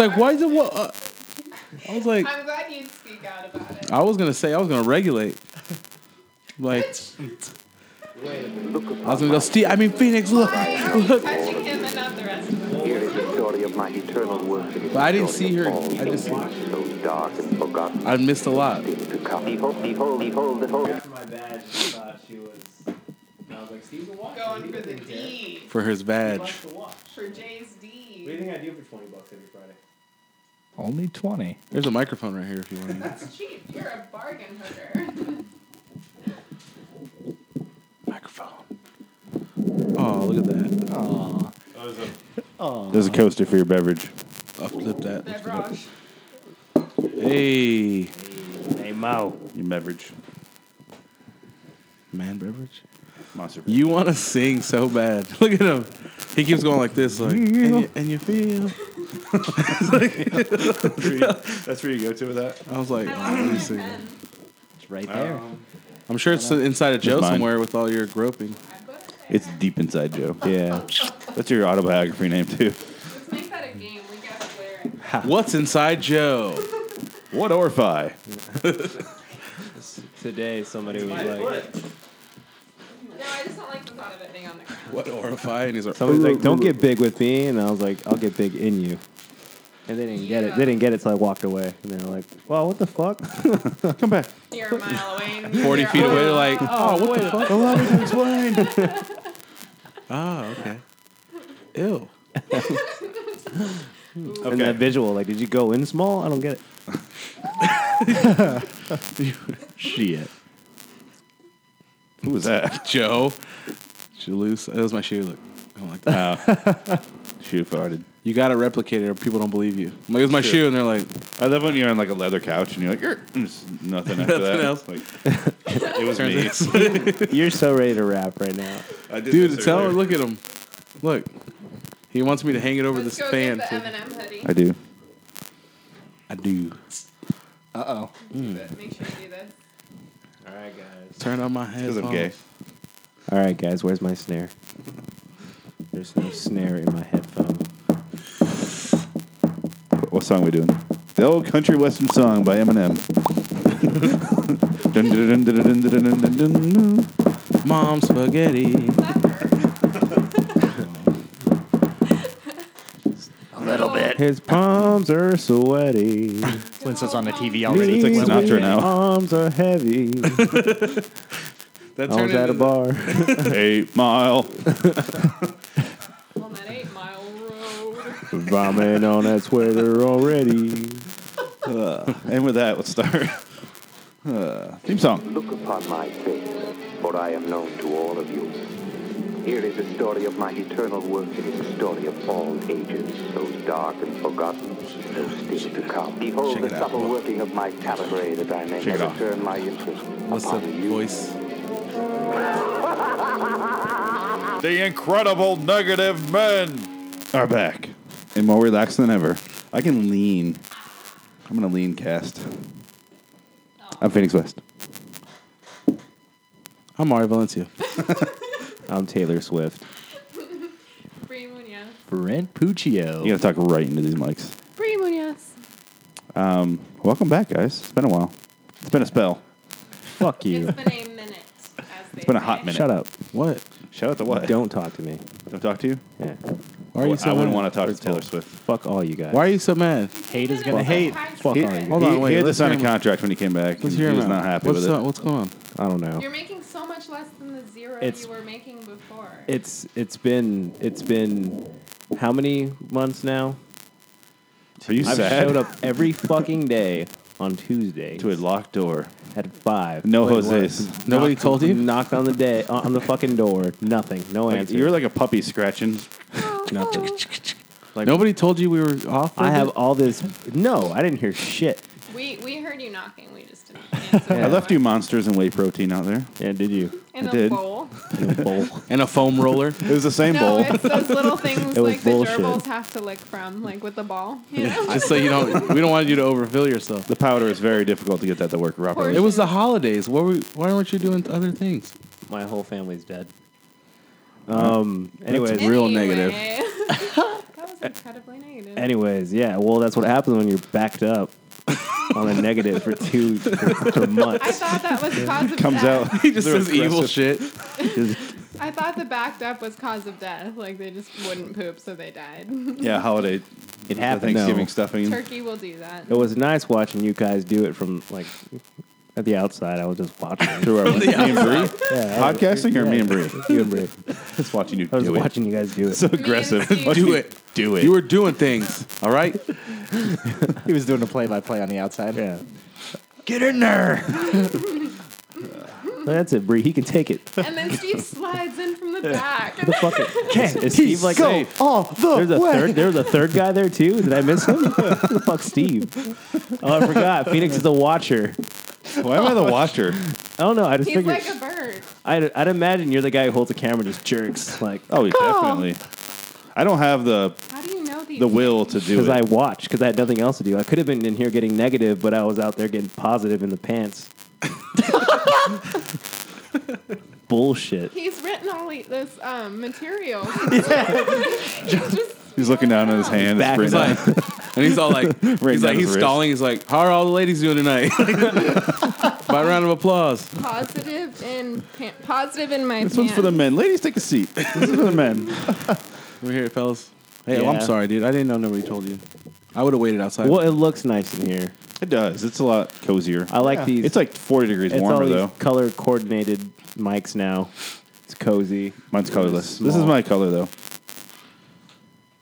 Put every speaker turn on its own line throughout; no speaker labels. Like, why is it what? Uh, I was like,
I'm glad you speak out about it.
I was gonna say, I was gonna regulate. Like,
Wait a minute.
I was gonna go, Steve. I mean, Phoenix, look,
Why are you
look.
touching him and not the rest of us?
Here is the story of my eternal worship.
But I didn't see her. I just-
so dark and forgotten.
I missed a lot.
still to come. Behold, behold, behold, behold.
After my badge, she thought she was. and I was like, Steve's a watcher.
Going
He
for the
doesn't care.
D.
For his
He
badge.
likes to watch.
For Jay's D.
What do you think I do for 20 bucks every Friday?
Only 20.
There's a microphone right here if you want.
That's cheap. You're a bargain hunter.
Microphone. Oh, look at that.
Aw.
Oh, there's a
There's a coaster for your beverage.
I'll flip that.
That brosh.
Hey,
Hey, Mo.
Your beverage.
man, beverage.
Monster.
You want to sing so bad. Look at him. He keeps going like this, like, and you, and you feel.
That's where you go to with that?
I was like,
I
oh, let me
lost
see.
my pen.
It's right there.
I'm sure it's inside of Joe
mine.
somewhere with all your groping.
I put it there.
It's deep inside Joe.
yeah.
That's your autobiography name, too.
Let's make that a game. We gotta clear it.
What's inside Joe?
What Orphi?
Today, somebody was like,
No, I just don't like the thought of it being on the ground.
What orify? And he's like,
somebody's like, don't get big with me, and I was like, I'll get big in you. And they didn't get it. They didn't get it, so I walked away. And they were like, "Well, what the fuck?"
Come back.
You're a mile away.
40
You're
feet away,
all-
like, oh, what the fuck?
I love it. It's wine.
Oh, okay. Ew.
And that visual, like, did you go in small? I don't get it.
Shit. Who was that?
Joe. She loose. It was my shoe. Look, I don't like that.
Shoot farted.
You got to replicate it or people don't believe you. I'm like, it was my
Sure.
shoe. And they're like,
I love when you're on like a leather couch and you're like, "Er," and it's nothing after
Nothing
that.
else.
Like, it was me.
turns out-
You're so ready to rap right now.
I did
dude,
this
tell
earlier.
him. Look at him. Look. He wants me to hang it over
Let's
this
go
fan.
get
too.
the M&M hoodie.
I do.
I do.
Uh oh.
But Make sure you do this.
All right, guys.
Turn on my head.
Because I'm gay.
All right, guys. Where's my snare? There's no snare in my headphone.
What song we doing? The old country western song by Eminem. Dun, dun, dun, dun, dun, dun, dun, dun, dun, dun.
Mom spaghetti.
That hurt. A little bit.
His palms are sweaty.
When it's on the TV already.
It's like Sinatra now.
Arms are heavy.
That
I was at a bar.
Eight Mile.
On that eight mile road.
Vomit on that sweater already.
And with that, let's start. Uh, theme song.
Look upon my face, for I am known to all of you. Here is the story of my eternal work. It is the story of all ages, those dark and forgotten, those still to come. Behold
Shake it
the
out.
subtle working of my cabaret that I may
Shake it
never
off.
turn my interest
What's the
upon you.
voice?
The incredible negative men are back and more relaxed than ever. I can lean. I'm gonna lean cast. I'm Phoenix West.
I'm Mario Valencia.
I'm Taylor Swift.
Free Munoz.
Brent Puccio.
You gotta talk right into these mics.
Free Munoz.
Um, welcome back, guys. It's been a while. It's been a spell.
Fuck you.
It's been a minute. As it's
been a hot minute.
Shut up.
What?
Shout out to what?
Don't talk to me.
Don't talk to you.
Yeah.
Why are you so
I wouldn't
mad?
want to talk to Taylor Swift.
Fuck all you guys.
Why are you so mad?
Hate is gonna hate.
Fuck all you.
Hold
he,
on, wait,
he had to
let's
sign
hear
a
him.
contract when he came back.
Let's
he
hear him
was
out.
not happy
what's
with
up?
it.
What's going on?
I don't know.
You're making so much less than the zero
It's-
you were making before.
It's it's been it's been how many months now?
Are you
I've
sad?
showed up every fucking day on Tuesday
to a locked door.
at five.
No
Wait,
Jose's.
what?
Nobody
Knocked-
told you?
Knocked on the day on the fucking door. Nothing. No
Like,
answer.
you were like a puppy scratching.
nothing.
Nobody told you we were off. for
I
a
have
bit?
all this. No, I didn't hear shit.
we we heard you knocking. We just didn't. Answer
Yeah.
I left you monsters and whey protein out there.
Yeah, did you?
in
I
a
did.
bowl.
and a foam roller.
It was the same
No,
bowl.
it's those little things
It was
like the
bullshit.
gerbils have to lick from, like with the ball. You know?
Just so you don't, we don't want you to overfill yourself.
The powder is very difficult to get that to work properly.
It was the holidays. Why, were, why weren't you doing other things?
My whole family's dead. Um. Anyways,
real negative.
that was incredibly negative.
Anyways, yeah. Well, that's what happens when you're backed up on a negative for two for, for
I
months.
thought that was cause of
Comes
death.
out.
He just
They're
says evil
aggressive.
shit.
I thought the backed up was cause of death. Like they just wouldn't poop, so they died.
Yeah, holiday.
It
the
happened.
Thanksgiving
though.
stuffing.
Turkey will do that.
It was nice watching you guys do it from like at the outside. I was just watching.
Through our me and Bree.
Yeah, I was-
Podcasting or me and Bree?
you and Bree.
Just watching you
I was
do it.
watching you guys do it.
So aggressive.
Steve.
Watching
Do
you
it.
Do it.
You were doing things, all right?
He was doing a play-by-play on the outside.
yeah,
get in there.
that's it, Bree. He can take it.
And then Steve slides in from the back.
The fuck it. Is- is Steve like
go
Oh,
all the there's a third there was a third guy there too? Did I miss him? Who the fuck Steve? Oh I forgot. Phoenix is a watcher.
Why am I the watcher?
I don't know. I just
He's
figured
like a bird.
I'd, I'd imagine you're the guy who holds the camera and just jerks like
Oh, yeah, definitely. I don't have the
How do you know these?
the will to do
because
it.
I watched because I had nothing else to do. I could have been in here getting negative, but I was out there getting positive in the pants. Bullshit.
He's written all e- this um, material.
He's looking down at his hand.
Back
It's
He's like, and he's all like, he's
down
like,
his
he's
wrist.
stalling. He's like, how are all the ladies doing tonight? By a round of applause.
Positive in pa- positive in my
This one's for the men. Ladies, take a seat. This is for the men.
We're here, fellas. Hey, oh,
Yeah.
I'm sorry, dude. I didn't know nobody told you. I would have waited outside.
Well, it looks nice in here.
It does. It's a lot cozier.
I like these.
It's like 40 degrees
it's all
warmer
these
though.
color coordinated mics now. It's cozy.
Mine's colorless. This is
small.
my color though.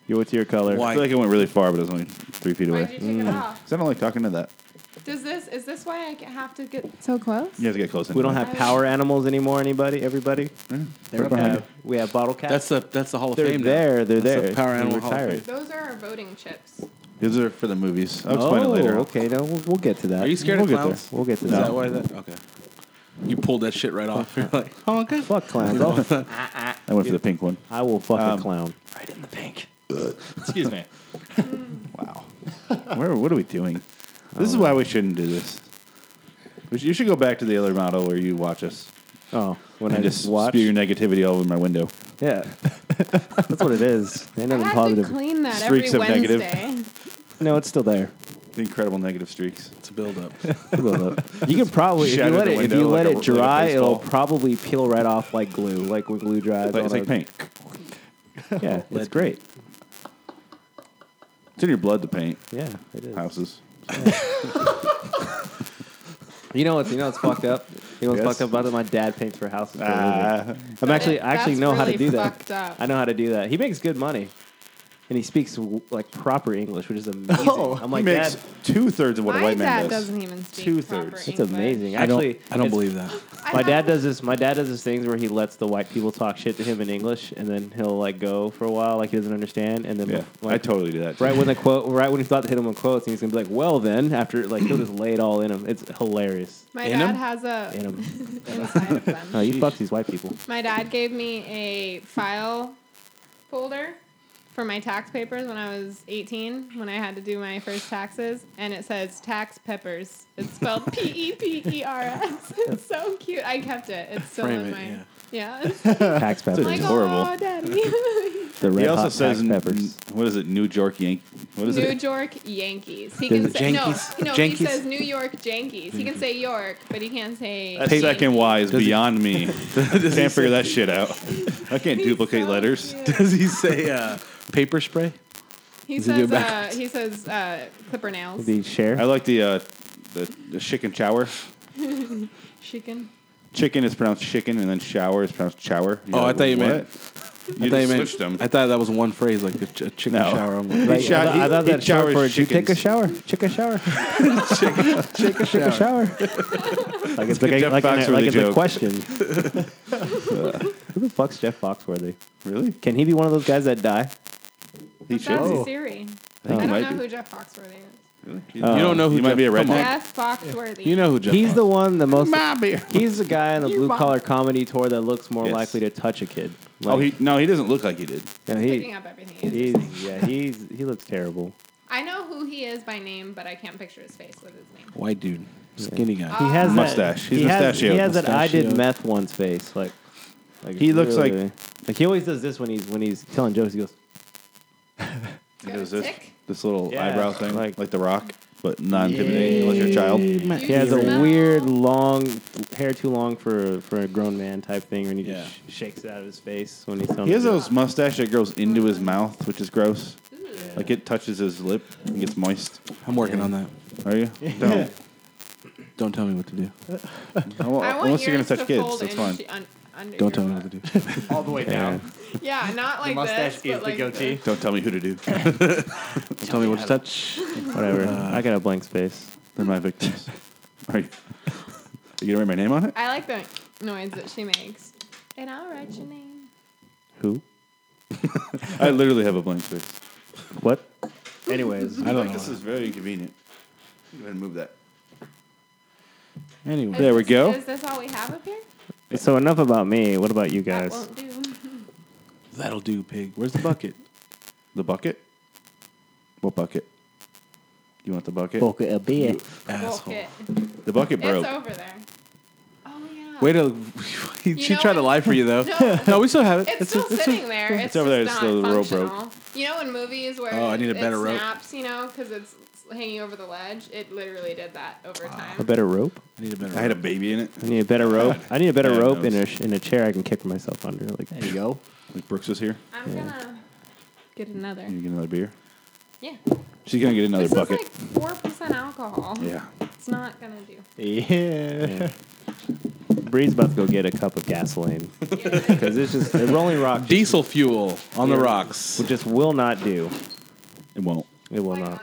Yo, What's your color?
Why?
I feel like it went really far, but it was only three feet away.
Why'd you
Because
take it off?
I don't like talking to that.
Does this is this why I g- have to get so close?
You have to get close.
We don't have power animals anymore. Anybody? Everybody? They
They're
don't
behind
have- we have bottle caps.
Hmm. That's the that's the Hall of
they're
Fame. now.
there. They're
That's
there.
the Power
They
Animal Hall of
retired.
Fame.
Those are our voting chips.
These are for the movies. I'll
Oh,
explain it later.
okay. No, we'll, we'll get to that.
Are you scared
we'll
of
get
clowns?
There. We'll get to
Is
that.
that why that? Okay. You pulled that shit right off. You're like, oh, okay.
Fuck clowns. I'll-
I went for the pink one.
I will fuck
Um,
a clown.
Right in the pink. Excuse me.
Wow. Where, what are we doing? This
Um,
is why we shouldn't do this. We should, you should go back to the other model where you watch us
Oh, when I
and
just
just
watch.
spew your negativity all over my window.
Yeah, that's what it is. Ain't
I
nothing
have
positive.
to clean that every
Streaks of negative.
Wednesday.
No, it's still there.
The incredible negative streaks.
It's a build up.
It'll go up. You can probably if you
Shatter
let
the
it if
window
you
like
let
a-
it
like a
dry, it'll
baseball.
probably peel right off like glue, like when glue dries.
But it's
on
like
a-
paint.
Yeah, it's
Lead.
great.
It's in your blood to paint
Yeah, it is.
houses.
You know what's you know what's fucked up. You know what's
Yes.
fucked up about it? My dad paints for houses. For a living.
Ah.
I'm actually I actually
That's
know how to
really
do that.
fucked up.
I know how to do that. He makes good money, and he speaks w- like proper English, which is amazing. I'm like
Oh, he makes
dad.
two thirds of what
my
a white man
dad
does.
doesn't even speak
Two-thirds.
proper
It's
English.
amazing.
I don't.
Actually,
I don't
it's-
believe that.
I
My dad
have-
does this. My dad does this things where he lets the white people talk shit to him in English, and then he'll like go for a while, like he doesn't understand, and then
Yeah,
like,
I totally do that.
right when the quote, right when he's about to hit him with quotes, and he's gonna be like, "Well, then," after like he'll just lay it all in him. It's hilarious.
My
In
dad
him?
has
In
a
him.
inside of them.
No, you fuck these white people.
My dad gave me a file folder for my tax papers when I was 18, when I had to do my first taxes, and it says tax peppers. It's spelled P E P E R S. It's so cute. I kept it. It's still
Frame
in
it,
my.
yeah.
Yeah. It's
Tax peppers.
like,
horrible.
oh, daddy.
the red
He also
hot
says,
tax
n-
peppers.
what is it, New York Yankee? What is
New
it?
York Yankees. He
Is
can
it
say
Yankees?
no. No,
Yankees? Mm-hmm.
he says New York Yankees. He can say York, but he can't say.
That second
Yankee.
Y is
Does he-
beyond me. Can't figure that shit out. I can't
He's
duplicate
so
letters.
cute.
Does he say uh, paper spray?
He
Does he do it
says, uh,
backwards?
he says uh, clipper nails.
The share.
I like the uh, the, the chicken shower.
Chicken.
Chicken is pronounced chicken, and then shower is pronounced chower. You're
Oh, I
like,
thought you
"What?"
meant-
You
thought
just
meant-
switched them.
I thought that was one phrase, like a, ch- a chicken
No.
shower. I'm like,
Like, I,
shot-
thought-
he-
I thought
he
that short
showers
for "Did you take a
chickens."
shower. Chick a shower.
chicken
Chick a shower. like it's like, a,
Jeff
like, an,
Foxworthy
like it's a
joke.
question. Who the fuck's Jeff Foxworthy?
Really?
Can he be one of those guys that die?
He
That's
should. be.
Siri. I
I think he
don't know
might be.
who Jeff Foxworthy is.
You
You don't know who
Oh. You might
Jeff-
be a
come on.
redneck.
Jeff Foxworthy.
You know who Jeff?
He's the one, the most.
be.
He's the guy on the blue collar comedy tour that looks more
Yes.
likely to touch a kid. Like,
Oh, he no, he doesn't look like he did.
yeah,
picking
he,
up everything. you just-
he's, yeah, he's he looks terrible.
I know who he is by name, but I can't picture his face with his name.
white dude, skinny guy.
He has that-
Mustache. He's
he has,
mustachioed.
he has that I did
Mustachioed.
meth once face. Like, like
He looks
like he always does this when he's when he's telling jokes. He goes,
a
is this
tick?
this little
Yeah.
eyebrow thing, like,
Like-
the Rock, but not intimidating unless you're a child.
You
He has a
smell-
weird long hair too long for for a grown man type thing, and he
Yeah.
just sh- shakes it out of his face when he's. something.
He has those mustache that grows into his mouth, which is gross. Like it touches his lip and gets moist.
I'm working on that.
Are you? Don't.
Don't tell me what to do.
Well,
I want
Unless you're
yours
gonna touch
to
kids,
fold
that's
in
fine.
sh- un- under
Don't
your
tell me
butt.
what to do.
all the way down.
Yeah, not like
Mustache
this,
is
but
the
like
goatee.
this.
Don't tell me who to do.
Don't tell me what to touch.
Whatever.
uh,
I got a blank space.
They're my victims. Are you, are you gonna write my name on it?
I like the noise that she makes. And I'll write your name.
Who?
I literally have a blank space.
What? Anyways,
I don't know. This is very inconvenient. Go ahead and move that.
Anyway,
There we
Is-
go.
Is this all we have up here?
so enough about me. What about you
That
guys?
won't do.
that'll do, pig. Where's the bucket?
The bucket? What bucket? You want the bucket?
a beer.
Bulk
Asshole.
it.
The bucket broke.
It's over there. Oh yeah.
Way to. she
know
tried to
what?
lie for you though.
No.
No, we still have it.
It's, still sitting there. It's,
over there,
Just
it's
not
still- the rope
functional.
broke.
You know, in movies where
Oh, I need a
it-
better
it
rope.
snaps, you know, because it's hanging over the ledge. It literally did that over time.
A better rope.
I need a better.
I had a baby in it.
I need a better rope. I need a better
Yeah,
rope
no,
in a
it's-
sh- in a chair I can kick myself under. Like
There you go.
Like Brooks was here.
I'm gonna get another.
You get another beer.
Yeah.
She's gonna get Mm. another
This
bucket.
is like four percent alcohol.
yeah.
It's not gonna do.
yeah. Bree's about to go get a cup of gasoline because it's just the Rolling Rock just,
Diesel fuel on the rocks.
just will not do.
It won't.
It will
Like unleaded,
not.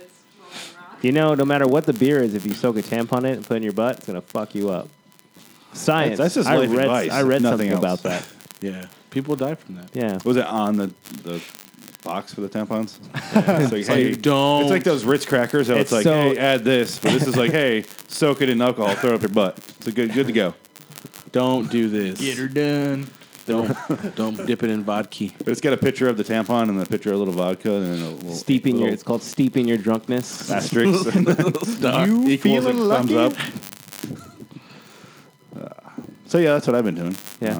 it's rolling rock.
You know, no matter what the beer is, if you soak a tampon in it and put it in your butt, it's gonna fuck you up. Science.
That's- that's just
I
life
read.
advice,
I read
nothing
something
else.
about that.
Yeah, people die from that.
Yeah.
Was it on the the box for the tampons? It's like,
like, don't-
It's like those Ritz crackers. That
It's
it's, like,
so-
hey, add this, but this is like, hey, soak it in alcohol, throw it up your butt. So good, good to go.
Don't do this.
done.
Don't don't dip it in vodka.
But it's got a picture of the tampon and a picture of a little vodka and then a little
Steeping your.
little
It's called steeping your drunkenness.
asterisk.
Stop.
Uh, equals
feeling
and thumbs up. So yeah, that's what I've been doing. Um,
Yeah.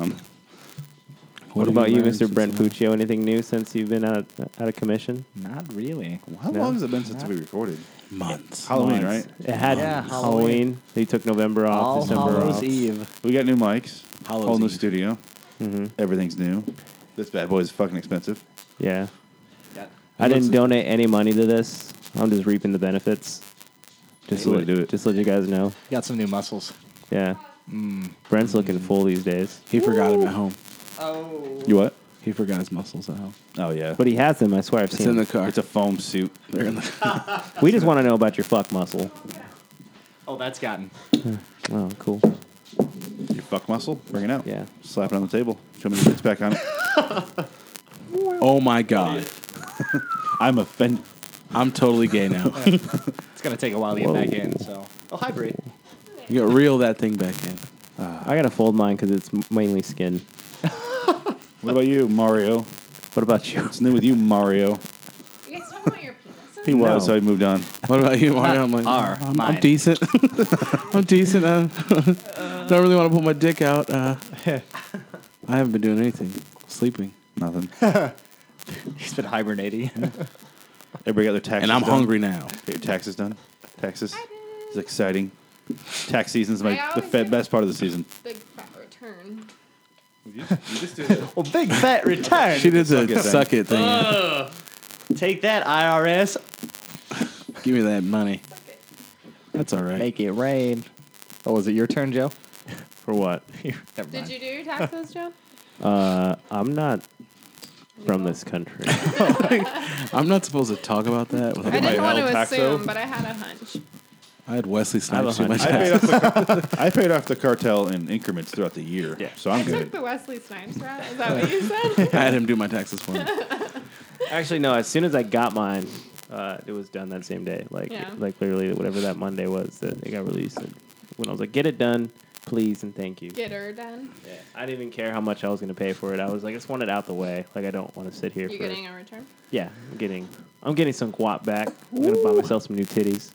What
What
have
about you,
learned
Mr.
since
Brent
then?
Puccio? Anything new since you've been out out of commission?
Not really.
how long has it been since we recorded?
Months.
Halloween,
Months.
right?
It had
Yeah,
Halloween. They took November off,
All
December
Hallows
off.
Eve.
We got new mics,
Hallows
whole new
Eve.
studio.
Mm-hmm.
Everything's new. This bad boy is fucking expensive.
Yeah. I didn't donate any money to this. I'm just reaping the benefits. Just
Way
to let,
to do it.
just to let you guys know.
Got some new muscles.
Yeah. Brent's looking full these days,
Mm. He forgot him at home.
Oh.
You what?
He forgot his muscles at home.
Oh yeah,
but he has them. I swear, I've
It's
seen.
in the
them.
car.
it's a foam suit.
They're in the-
we just want to know about your fuck muscle.
Oh, that's gotten.
Oh, cool.
Your fuck muscle, bring it out.
Yeah.
slap it on the table. Show me the six pack on it.
oh my god.
I'm offended.
I'm totally gay now.
It's gonna take a while to get back in. So. Oh, hi, Bree.
You gotta reel that thing back in.
I gotta fold mine because it's m- mainly skin.
What about you, Mario?
What about you?
What's new with you, Mario?
You guys talking about your penises?
He was, so I moved on.
What about you, Mario? I'm like,
Are
I'm, I'm
mine.
decent. I'm decent. I don't really want to put my dick out. Uh, I haven't been doing anything. Sleeping.
Nothing.
He's been hibernating.
Everybody got their taxes.
And I'm
done?
hungry now.
Get your taxes done. Taxes. It's exciting. Tax season's my,
I
the
always
fed
do.
best part of the season.
Big fat return.
well, big fat return.
She did the
it thing.
suck it thing.
Take that, IRS.
Give me that money. That's all right.
Make it rain. Oh, is it your turn, Joe?
For what?
Never
Did
mind.
you do your taxes, Joe?
Uh, I'm not from this country.
I'm not supposed to talk about that.
I didn't want to
El Taxo?
assume, but I had a hunch.
I had Wesley
have a
Snipes do my
hunch.
I
taxes.
paid, off the, I paid off the cartel in increments throughout the year,
Yeah.
so I'm
I took
good.
the Wesley Snipes route. Is that what you said?
I had him do my taxes for me.
Actually, no. As soon as I got mine, uh, it was done that same day. Like,
Yeah.
like literally, whatever that Monday was that it got released. And when I was like, "Get it done, please and thank you."
Get her done.
Yeah. I didn't even care how much I was going to pay for it. I was like, "I just want it out the way. Like, I don't want to sit here
You
for."
getting a return?
yeah, I'm getting. I'm getting some guap back. I'm gonna buy myself some new titties.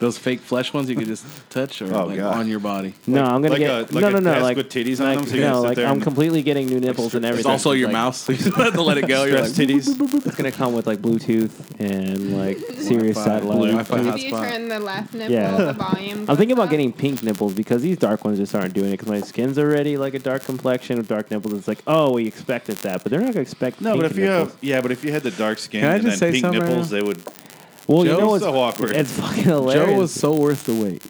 Those fake flesh ones you could just touch or
Oh,
like
God.
on your body.
No, I'm gonna
like
get
a- like
no,
a
no, no,
desk
like
with titties on
like,
them so you can
no,
sit
like
there
I'm
and-
completely getting new nipples and
It's
everything.
also your
Like,
mouse. You just have to let it go. You're like,
Stress titties.
It's gonna come with like Bluetooth and like Sirius
Wi-Fi.
satellite.
Wi-Fi
If you
hotspot.
turn the left nipple,
Yeah.
the volume.
I'm thinking
goes
about
up.
getting pink nipples because these dark ones just aren't doing it because my skin's already like a dark complexion with dark nipples. It's like, oh, we expected that, but they're not gonna expect.
No,
pink
but if you
nipples.
have yeah, but if you had the dark skin
Can I
and
just say
then pink
something right
nipples,
now?
they would.
well,
Joe
you know
was
it's
so awkward.
It's fucking hilarious.
Joe was so worth the wait.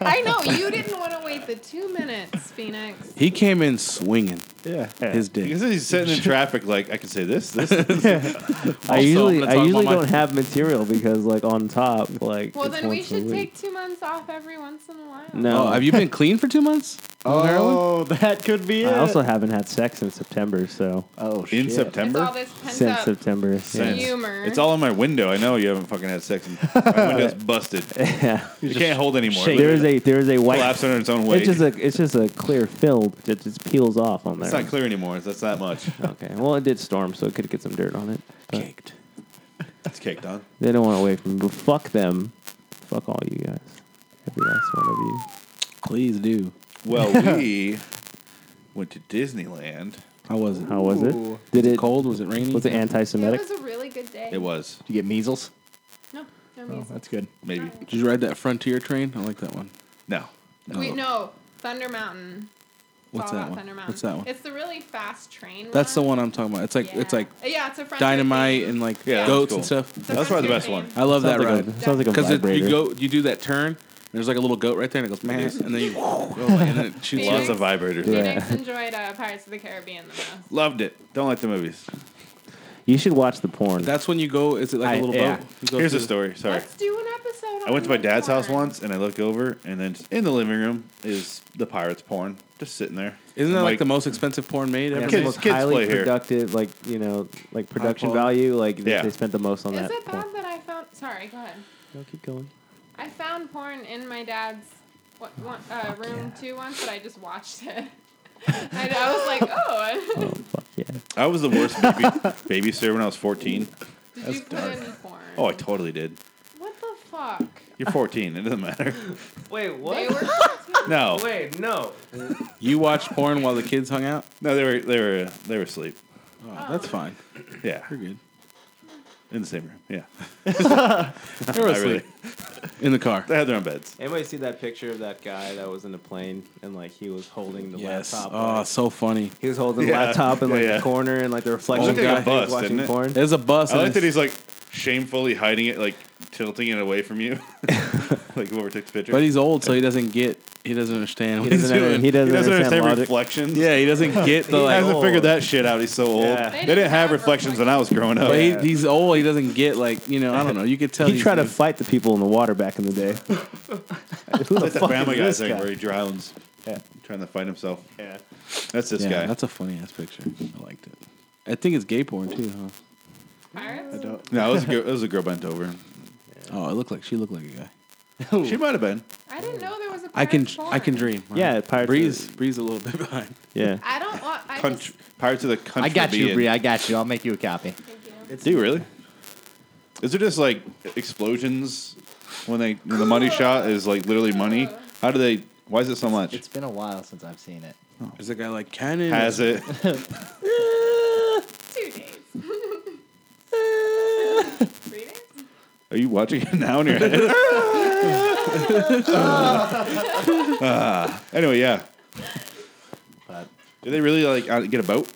I know you didn't want to wait the two minutes, Phoenix.
He came in swinging
Yeah.
his dick.
Because he's sitting in traffic, like I can say this, this,
I
Also, I'm
usually
gonna talk
I
about
usually
my-
don't have material because like on top like.
Well,
it's
then we
once a
should
week.
take two months off every once in a while.
No,
Oh, have you been clean for two months? On heroin?
Oh, that could be
I also haven't had sex in September, so
oh,
in
shit.
It's all
September.
this pent
since
up
September.
Since.
humor.
It's all in my window. I know you haven't fucking had sex. And my window's busted.
Yeah.
You can't hold anymore.
There is a there is a white.
collapse under its own weight.
It's just a it's just a clear film that just peels off on there.
It's not clear anymore. That's that much.
Okay. Well, it did storm, so it could get some dirt on it. But
Caked.
It's caked on.
They don't want it away from. me, But fuck them. Fuck all you guys. Every last one of you.
Please do.
Well, we went to Disneyland.
How was it?
How was it?
Ooh.
Did it?
Cold? Was it rainy?
Was it
It
anti-Semitic?
was a really good day.
It was
Did you get measles?
No, no
Oh,
music.
that's good.
maybe
Did you ride that Frontier train? I like that one.
no.
Wait, no, Thunder Mountain.
What's
Fallout
that one?
Thunder Mountain.
What's that one?
It's the really fast train.
That's the one I'm talking about. It's like it's like
yeah, it's a Frontier
dynamite
thing.
and like
Yeah, that's
goats
cool.
and stuff.
That's probably the best
Frontier
one.
thing.
I love that
sounds like
ride.
A, sounds like a
Because
vibrator.
you go, you do that turn. And there's like a little goat right there, and it goes man, and then you go, and then it shoots.
Yeah.
you.
Lots of vibrators.
Phoenix enjoyed uh, Pirates of the Caribbean the most.
Loved it. Don't like the movies.
you should watch the porn.
That's when you go. Is it like a
I-
little
yeah.
boat? You go
Here's
through
a
the-
story. Sorry.
Let's do an episode. On
I went to my
the
dad's house
porn.
once, and I looked over, and then just in the living room is the pirates' porn, just sitting there.
Isn't that
I'm
like, the most expensive porn made ever?
That's
Kids-
the most
kids play
highly
here.
productive, like you know, like production
quality.
value. Like they-
Yeah.
they spent the most on
Is
that.
it
porn.
bad that I found? Sorry, go ahead.
No, keep going.
I found porn in my dad's what, one, uh, room too once, but I just watched it. I, I was like, oh,
Oh fuck yeah!
I was the worst baby, babysitter when I was 14.
did you put in porn?
Oh, I totally did.
what the fuck?
You're 14. It doesn't matter.
Wait,
They
what?
were
No,
Wait, no.
You watched porn while the kids hung out.
no, they were they were they were asleep.
Oh, that's fine.
Yeah,
You're good.
in the same room. Yeah,
They were
Not really.
asleep in the car.
They had their own beds.
Anybody see that picture of that guy that was in the plane and like he was holding the
Yes.
laptop?
Oh,
like,
so funny.
he was holding the
Yeah.
laptop in like
Yeah, yeah.
the corner and like the reflection.
Looked like a
guy
bus,
watching
didn't it?
porn.
There's a bus.
I
and
like that
it's-
he's like shamefully hiding it, like tilting it away from you. like whoever took the picture.
but he's old, so he doesn't get. He doesn't understand what
He doesn't,
he's
under-
doing.
he doesn't understand logic. oh.
reflections.
yeah, he doesn't get the
he
like.
hasn't figured that shit out. He's so old.
Yeah.
They, didn't have reflections when I was growing up.
But he, he's old. He doesn't get like you know. I don't know. You could tell.
He
he's
tried to
new.
fight the people in the water back in the day. Who the
That's the
fuck
Family
is
Guy
this
thing
guy?
where he drowns,
Yeah.
trying to find himself. Yeah, that's this
yeah,
guy.
that's a funny ass picture. I liked it. I think it's gay porn too, huh?
pirates.
no, it was a girl, it was a girl bent over.
Oh, it looked like she looked like a guy.
She might have been.
I didn't know there was a.
I can
pirate porn.
I can dream.
Yeah, Pirates
breeze
of-
breeze a little bit behind.
Yeah.
I don't want. I
Country,
just,
Pirates of the Country.
I got you,
Being.
Bree. I got you. I'll make you a copy.
thank you.
Do you really? Is there just like explosions when they when the money shot is like literally money? How do they? Why is it so much?
It's been a while since I've seen it.
There's a guy like cannon.
Has it?
Two days. Three days.
Are you watching it now in your head? Ah. anyway, yeah.
But
Do they really like out- get a boat?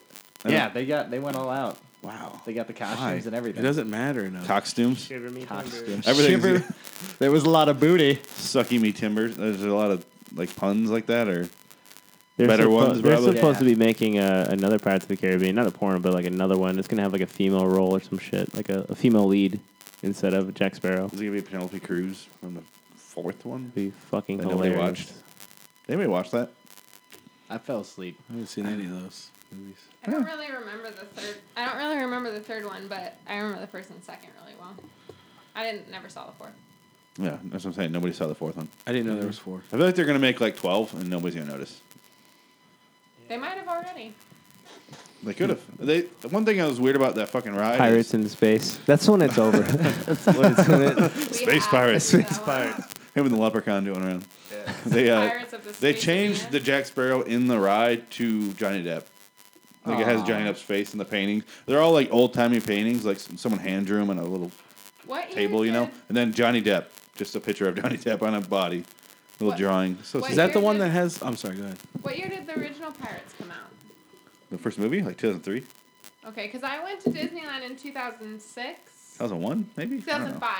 yeah, they got they went all out.
Wow.
They got the costumes
Why?
and everything.
It doesn't matter enough.
Costumes.
Costume.
Everything's-
Shiver. There was a lot of booty.
Sucky me timbers. There's a lot of like puns like that, or
They're
Better
suppo-
ones,
They're
probably.
supposed to
Yeah.
be making uh, another Pirates of the Caribbean, not a porn, but like another one. It's gonna have like a female role or some shit, like a, a female lead instead of Jack Sparrow.
is it gonna be Penelope Cruz from the fourth one?
Be fucking
That nobody
hilarious.
watched. Did anybody watch that?
I fell asleep.
I haven't seen any of those movies.
I don't really remember the third. I don't really remember the third one, but I remember the first and second really well. I didn't never saw the fourth.
Yeah, that's what I'm saying. Nobody saw the fourth one.
I didn't know there was four.
I feel like they're gonna make like twelve, and nobody's gonna notice.
They might have already.
They could have.
Hmm.
They one thing that was weird about that fucking ride. is-
Pirates in space. That's when it's over. That's when it's when it-
Space pirates. Space pirates. Him and the leprechaun doing around. They uh,
Pirates of the
they
Space
changed
Arena.
the Jack Sparrow in the ride to Johnny Depp. Like it has Johnny Depp's face in the paintings. They're all like old timey paintings, like some, someone hand drew them on a little
What year
table, you know.
did-
And then Johnny Depp, just a picture of Johnny Depp on a body, little
What-
drawing. So
what
Is
is
that the
year
one
did-
that has? I'm sorry. Go ahead.
What year did the original Pirates come out?
the first movie, like 2003,
Okay, because I went to Disneyland in 2006,
2001, maybe. I don't know.
2005.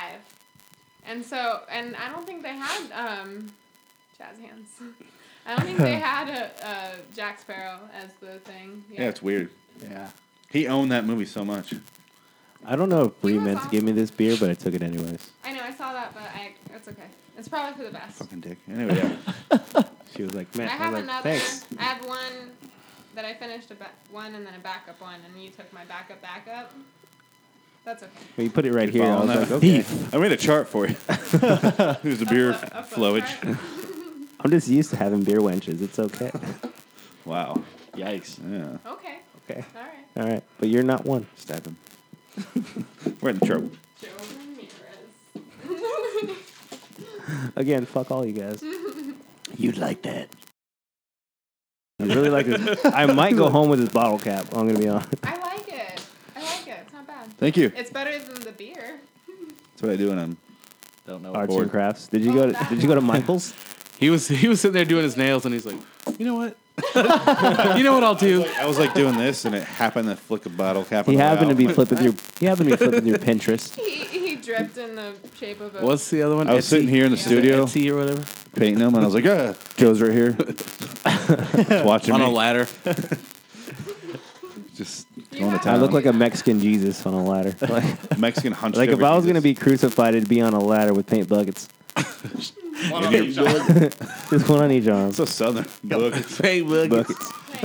And so, and I don't think they had um, Jazz Hands. I don't think they had a, a Jack Sparrow as the thing. yet.
Yeah, it's weird.
Yeah.
He owned that movie so much.
I don't know if Bree
was
meant to
awesome.
give me this beer, but I took it anyways.
I know, I saw that, but I, it's okay. It's probably for the best.
Fucking dick. Anyway, yeah.
She was like, "Man,
I
I
have
was like,
another.
thanks."
I have one that I finished a ba- one and then a backup one, and you took my backup backup. That's okay.
Well, you put it right
Keep
here. I
following
was like,
that.
okay.
I made a chart for you. Here's the beer
Up- up-
flowage.
up-
I'm just used to having beer wenches. It's okay.
Wow.
Yikes.
Yeah.
Okay.
okay.
All right.
All right, but you're not one.
Stab him. We're in trouble.
Joe Ramirez.
Again, fuck all you guys. You'd like that. I really like this. I might go home with this bottle cap. I'm gonna be honest.
I like it. I like it. It's not bad.
Thank you.
It's better than the beer.
That's what I do when I'm.
Don't know.
Arts
Bored.
and crafts. Did you
Oh,
go? To,
that
did you go to Michael's?
He was he was sitting there doing his nails, and he's like, you know what? you know what I'll do?
I was like doing this, and it happened to flick a bottle cap. on
He
the way
happened to
out.
be flipping through. He happened to be flipping through Pinterest.
He he dripped in the shape of a.
What's the other one?
I was
Etsy?
sitting here in the
Yeah.
studio
Etsy or whatever
painting them, and I was like, "Ah, Joe's right here, Just watching
on a
me,
ladder.
just
You
going to
have-
town."
I look like a Mexican Jesus on a ladder. Um, Like,
Mexican hunch.
like if I was gonna be crucified, it'd be on a ladder with paint buckets. Just one on each arm.
so southern, look,
Hey, buckets.
Hey,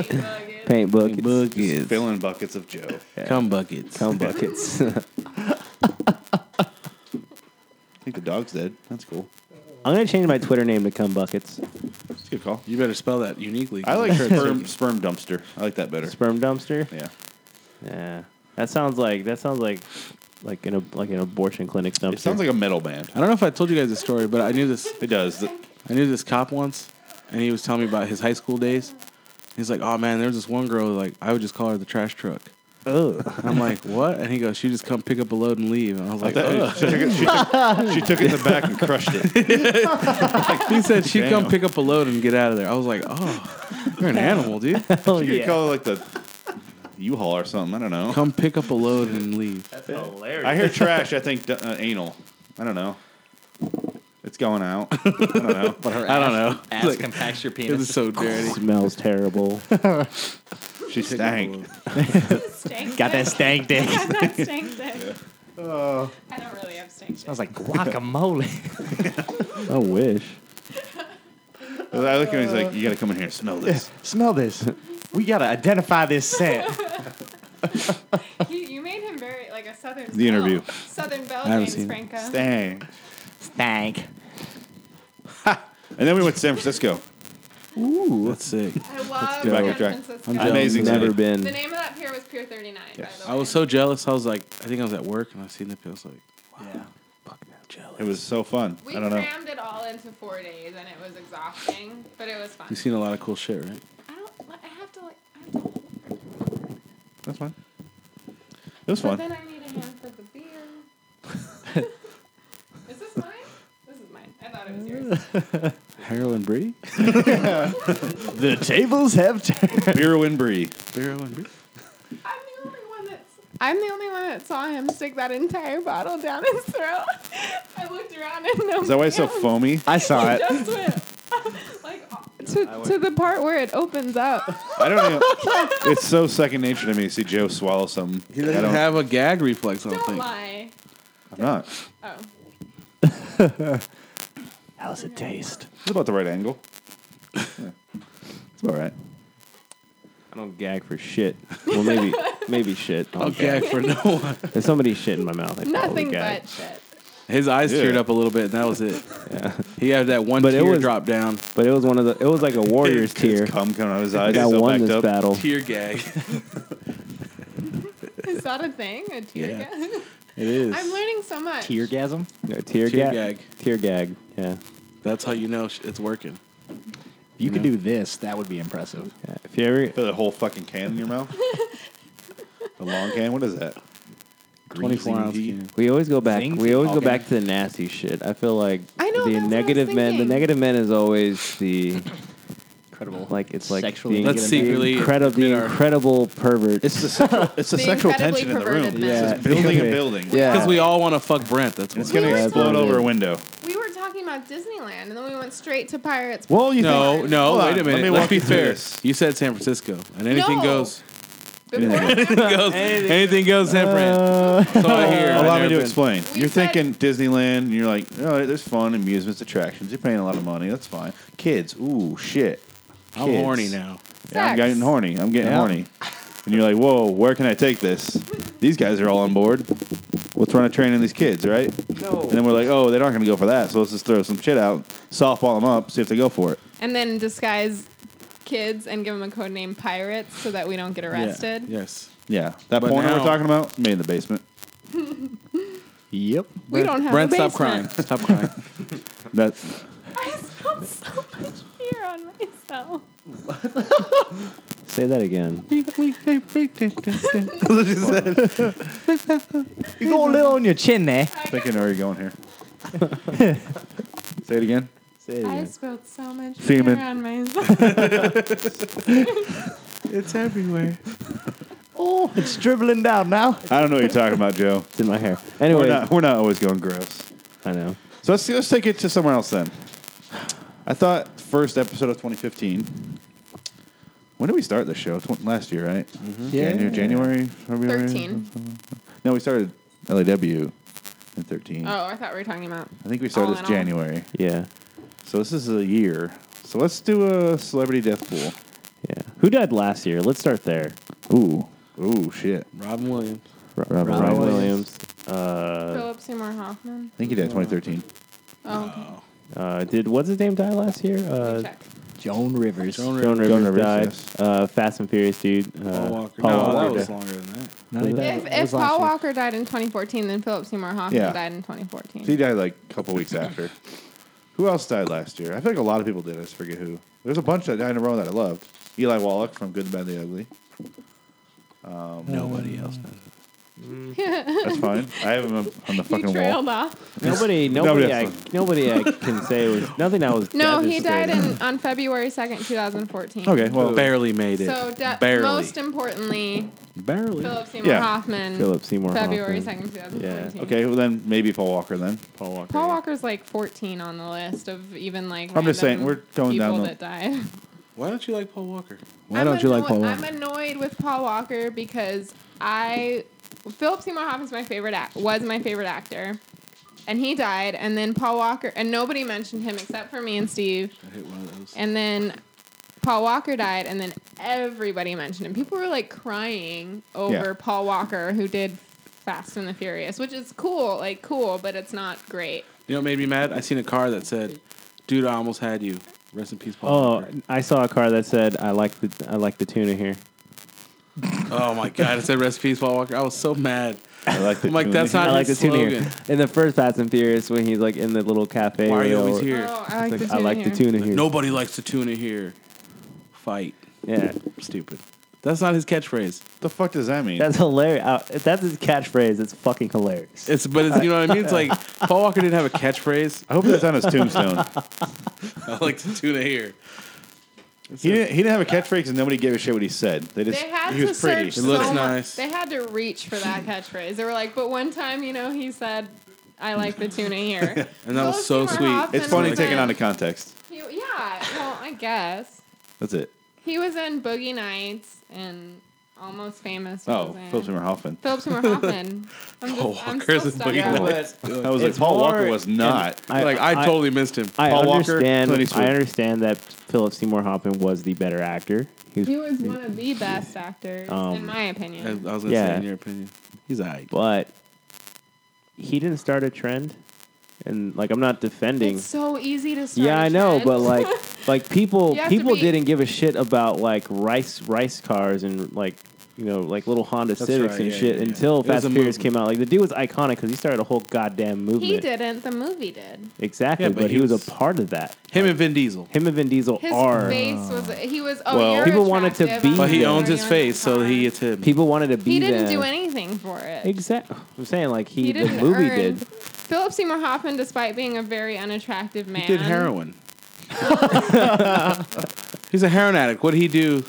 bugger.
Paint buckets.
Buckets.
filling buckets of Joe.
Come buckets.
Cum buckets.
I think the dog's dead. That's cool.
I'm gonna change my Twitter name to Cum Buckets.
That's a good call.
You better spell that uniquely.
I like sperm, sperm dumpster. I like that better.
Sperm dumpster.
Yeah.
Yeah, that sounds like that sounds like like an ab- like an abortion clinic dumpster.
It sounds like a metal band.
I don't know if I told you guys the story, but I knew this.
It does. The-
I knew this cop once, and he was telling me about his high school days. He's like, "Oh man, there was this one girl. Like, I would just call her the trash truck."
Ugh.
I'm like, "What?" And he goes, "She just come pick up a load and leave." And I was
I
like,
Oh.
thought- she, took it, she, took, she took it in the back and crushed it.
"Ugh." "Oh." "He said she'd come
Damn.
pick up a load and get out of there." I was like, "Oh, you're an animal, dude.
Oh
You could
yeah.
call it like the U-Haul or something. I don't know.
Come pick up a load and leave."
I hear trash. I think d- uh, anal. I don't know. It's going out. I don't know.
I don't know.
Ass
Like,
compacts your
it was
penis.
so dirty.
Smells terrible.
She stank.
Stank
Got
dick.
that stank dick.
Got that stank dick. I don't really have stank dick.
I was like guacamole.
I wish.
I look at him. He's like, "You got to come in here and smell this."
Smell this. We gotta identify this scent.
You, you made him very like a southern.
The
belle.
interview.
Southern belle,
I haven't
James
seen it.
Franco.
Stank.
Stank.
And then we went to San Francisco.
Ooh, that's sick.
I love
go.
San
Back track.
Francisco.
done. Amazing
Never
city.
been.
The name of that pier was Pier 39.
Yes.
By the
I
way.
was so jealous. I was like, I think I was at work and I seen the pill. I was like,
Yeah.
"Fuck, I'm jealous."
It was so fun.
We
I don't know.
crammed it all into four days, and it was exhausting, but it was fun.
You seen a lot of cool shit, right?
I don't. I have to. Like, I have to
That's fine. It was
but
fun.
then I need a hand for the beer. is this mine? This is mine. I thought it was yours.
Heroin Bree?
The tables have turned.
Bureau and Bree.
Heroin Bree?
I'm the only one that's. I'm the only one that saw him stick that entire bottle down his throat. I looked around and no.
Is that why it's so
one-
foamy?
I saw
He
it.
just went like oh. to, to the part where it opens up.
I don't know. It's so second nature to me to see Joe swallow something.
He
I
doesn't
don't,
have a gag reflex, I don't,
Don't
think.
lie.
I'm not.
Oh,
How's it taste?
It's about the right angle. It's about right.
I don't gag for shit. Well, maybe maybe shit. I'll
I'll gag for no one.
gag. If somebody's shit in my mouth, I probably
nothing
gag.
but shit.
His eyes
Yeah.
teared up a little bit, and that was it. He had that one
But it
tear
was-
drop down.
But it was one of the. It was like a warrior's tear.
His cum coming out of his eyes.
I
He's all
won
backed
this
up.
battle.
Tear gag.
Is that a thing? A tear
Yeah.
gas?
It is.
I'm learning so much.
Teargasm?
No, tear,
Tear
ga-
gag.
Tear gag. Yeah.
That's how you know sh- it's working.
If you could do this, that would be impressive.
yeah. If you ever
Put a whole fucking can in your mouth. the long can. What is that?
24 ounce
Greasy.
can.
We always go back.
Zinc?
We always go
Okay.
back to the nasty shit. I feel like
I know, that's
the
what I was
negative men. The
thinking.
negative men is always the
Incredible.
like. It's like
Sexually
the,
Let's secretly
incredible, the
admit our-
incredible pervert.
It's the sexual, it's the
The
sexual
incredibly
tension in the
perverted
room.
men. Yeah.
It's just building
Okay.
and building.
Yeah.
Because we all want to fuck Brent. That's
It's
what.
gonna
We were
explode
talking-
over a window.
We were talking about Disneyland, and then we went straight to Pirates.
Well, you
No, no.
Hold on,
Wait a
let
minute.
me
Let us
walk
be
you through
fair.
this.
You said San Francisco, and anything
No.
goes.
Before that,
Anything goes. Anything goes, San Fran. That's all I hear.
Allow me
I've
to
never been.
explain.
We
You're
said-
thinking Disneyland, and you're like, all right, there's fun, amusements, attractions. You're paying a lot of money. That's fine. Kids, ooh, shit.
I'm
Kids.
horny now.
Yeah,
Sex.
I'm getting horny. I'm getting
Yeah.
horny. And you're like, whoa, where can I take this? These guys are all on board. Let's run a train on these kids, right? No. And then we're like, oh, they're not going to go for that. So let's just throw some shit out, softball them up, see if they go for it.
and then disguise kids and give them a code name Pirates so that we don't get
Yeah.
arrested.
Yes.
Yeah. That
But
porno
now-
we're talking about, made in the basement.
Yep.
We don't have
Brent,
a
stop crying.
basement.
Stop crying.
That
I smelled so much fear on myself.
Say that again.
You go a little on your chin there.
thinking, where are you going here? say it again.
Say it
I
again.
spilled so much
Semen.
fear on myself.
it's everywhere.
Oh, it's dribbling down now.
I don't know what you're talking about, Joe.
It's in my hair.
We're
Anyway,
not, we're not always going gross.
I know.
So let's let's take it to somewhere else then. I thought first episode of 2015. When did we start this show? Tw- last year, right?
Yeah.
January, January, February.
Thirteen.
No, we started LAW in 13.
Oh, I thought we were talking about.
I think we started
all
this
in all.
January.
Yeah,
So this is a year. So let's do a celebrity death pool.
yeah. Who died last year? Let's start there.
Ooh, ooh, shit.
Robin Williams.
Ro-
Robin
Robin
Williams.
Williams. Uh,
Philip Seymour Hoffman.
I think he died 2013.
Oh, okay.
uh, did what's his name die last year? Uh,
check.
Joan Rivers.
Joan Rivers,
Joan Rivers,
died.
yes.
Uh, Fast and Furious dude. Uh,
Paul Walker.
Paul
no,
Walker
that was
died.
longer than that.
No, they died.
If,
It was
if
last
Paul
year.
Walker died in 2014, then Philip Seymour Hoffman
Yeah.
died in 2014.
He died like a couple weeks after. Who else died last year? I feel like a lot of people did. I just forget who. There's a bunch that died in a row that I loved. Eli Wallach from Good, the Bad, and the Ugly.
Nobody else. Knows.
That's fine. I have him on on
He
the fucking wall.
trailed off.
Nobody,
Nobody
nobody,
else.
I, nobody I can say was nothing. I was
No, he died
devastating.
in, on February 2nd, 2014.
Okay, well,
barely made it.
So, de-
barely.
most importantly,
barely.
Philip Seymour
Yeah.
Hoffman.
Philip Seymour
um, February
Hoffman.
2nd, 2014.
okay. Well, then maybe Paul Walker. Then
Paul Walker.
Paul Walker's like 14 on the list of even like.
I'm just saying,
random
we're going
people
down the-
that died.
Why don't you like Paul Walker?
I'm anno- I'm annoyed with Paul Walker because I Philip Seymour Hoffman's my favorite act was my favorite actor, and he died, and then Paul Walker and nobody mentioned him except for me and Steve,
I hate one of those.
and then Paul Walker died, and then everybody mentioned him. People were like crying over
Yeah.
Paul Walker who did. Fast and the Furious, which is cool, like cool, but it's not great.
You know what made me mad? I seen a car that said, "Dude, I almost had you." Rest in peace, Paul.
Oh,
Walker.
I saw a car that said, "I like the I like the tuna here."
Oh my God! It said "Rest in peace, Paul Walker." I was so mad.
I like the
I'm like,
tune.
that's not-
I like the
his
tuna here.
slogan.
In the first Fast and Furious, when he's like in the little cafe,
Why are you
where
always
all-
here?
Oh, I like,
it's
the,
like, I like the
tune.
tuna here.
Nobody likes the tuna here. Fight.
Yeah,
Stupid. That's not his catchphrase.
the fuck does that mean?
that's hilarious. Uh, that's his catchphrase. It's fucking hilarious.
It's but it's you know what I mean. It's like Paul Walker didn't have a catchphrase.
I hope that's on his tombstone.
I like the tuna here.
he didn't. He didn't have a catchphrase, because nobody gave a shit what he said. They just
They had
he
to
was pretty.
search.
It looks
so
nice.
Much. They had to reach for that catchphrase. They were like, "But one time, you know, he said." I like the tuna here.
And that was
Philip
so
Seymour
sweet.
Hoffman
It's funny
was
taking
in-
out of context.
he- yeah, well, I guess
That's it.
he was in Boogie Nights and Almost Famous. he
Oh,
was in-
Philip Seymour Hoffman.
Philip Seymour Hoffman. I'm just,
Oh,
Paul
I'm
Walker's
still
in
stuck
Boogie
on it.
Nights.
I was
It's
like, Paul Walker
more-
was not.
like I, totally missed him.
I
Paul Walker,
understand.
Clint Eastwood.
I understand that Philip Seymour Hoffman was the better actor. He was,
He was one of the best actors,
Um,
in my
I, I was
opinion.
gonna say,
Yeah.
in your opinion, he's alright.
but he didn't start a trend. And like, I'm not defending.
It's so easy to start.
yeah,
a
I know,
trend.
but like, like people
You have to
people
be-
didn't give a shit about like rice rice cars and like you know, like little Honda Civics
right,
and
yeah,
shit
yeah, yeah.
until Fast
a
and Furious came out. Like the dude was iconic because he started a whole goddamn movement.
He didn't. The movie did.
exactly,
Yeah,
but,
but
he,
he
was,
was-
a part of that.
Him and Vin Diesel.
Him and Vin Diesel
His
are
face was. He was. Oh,
Well-
you're
People wanted to
attractive.
be
Oh,
But he
Yeah.
you're
owns his
really
face, so
hot.
he it's him.
people wanted to be.
He didn't
them.
do anything for it.
Exactly. I'm saying like he,
He
the
didn't
movie
earn.
did.
Philip Seymour Hoffman, despite being a very unattractive man,
He did heroin. He's a heroin addict. What would he do?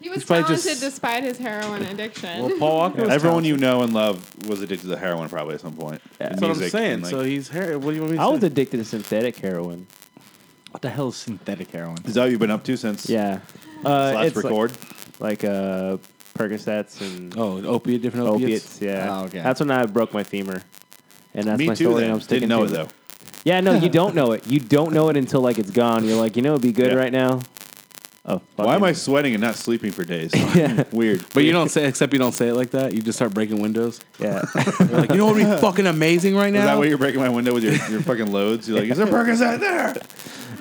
He was
He's probably
talented
just-
despite his heroin addiction.
Well, Paul Walker. was
Everyone
talented.
you know and love was addicted to heroin probably at some point.
That's what I'm saying.
and, like,
so he's heroin. What do you want me to
I was
say?
addicted to synthetic heroin.
What the hell is synthetic heroin?
is that what you've been up to since
Yeah, uh,
last
it's like-
record?
like, uh, Percocets and
oh, Ah, an opiate, different
opiates. Yeah,
Oh, okay.
that's when I broke my femur, and that's
Me
my
too.
story.
Then.
and I'm sticking
Didn't know it
to
though.
Yeah, no, you don't know it. You don't know it until like it's gone. You're like, you know, it'd be good
Yeah.
right now. Oh,
Why am I sweating and not sleeping for days? Weird.
But you don't say, except you don't say it like that. You just start breaking windows.
Yeah,
You're like, you know what would be fucking amazing right now?
Is that why you're breaking my window with your, your fucking loads? You're like, is there Percocet there?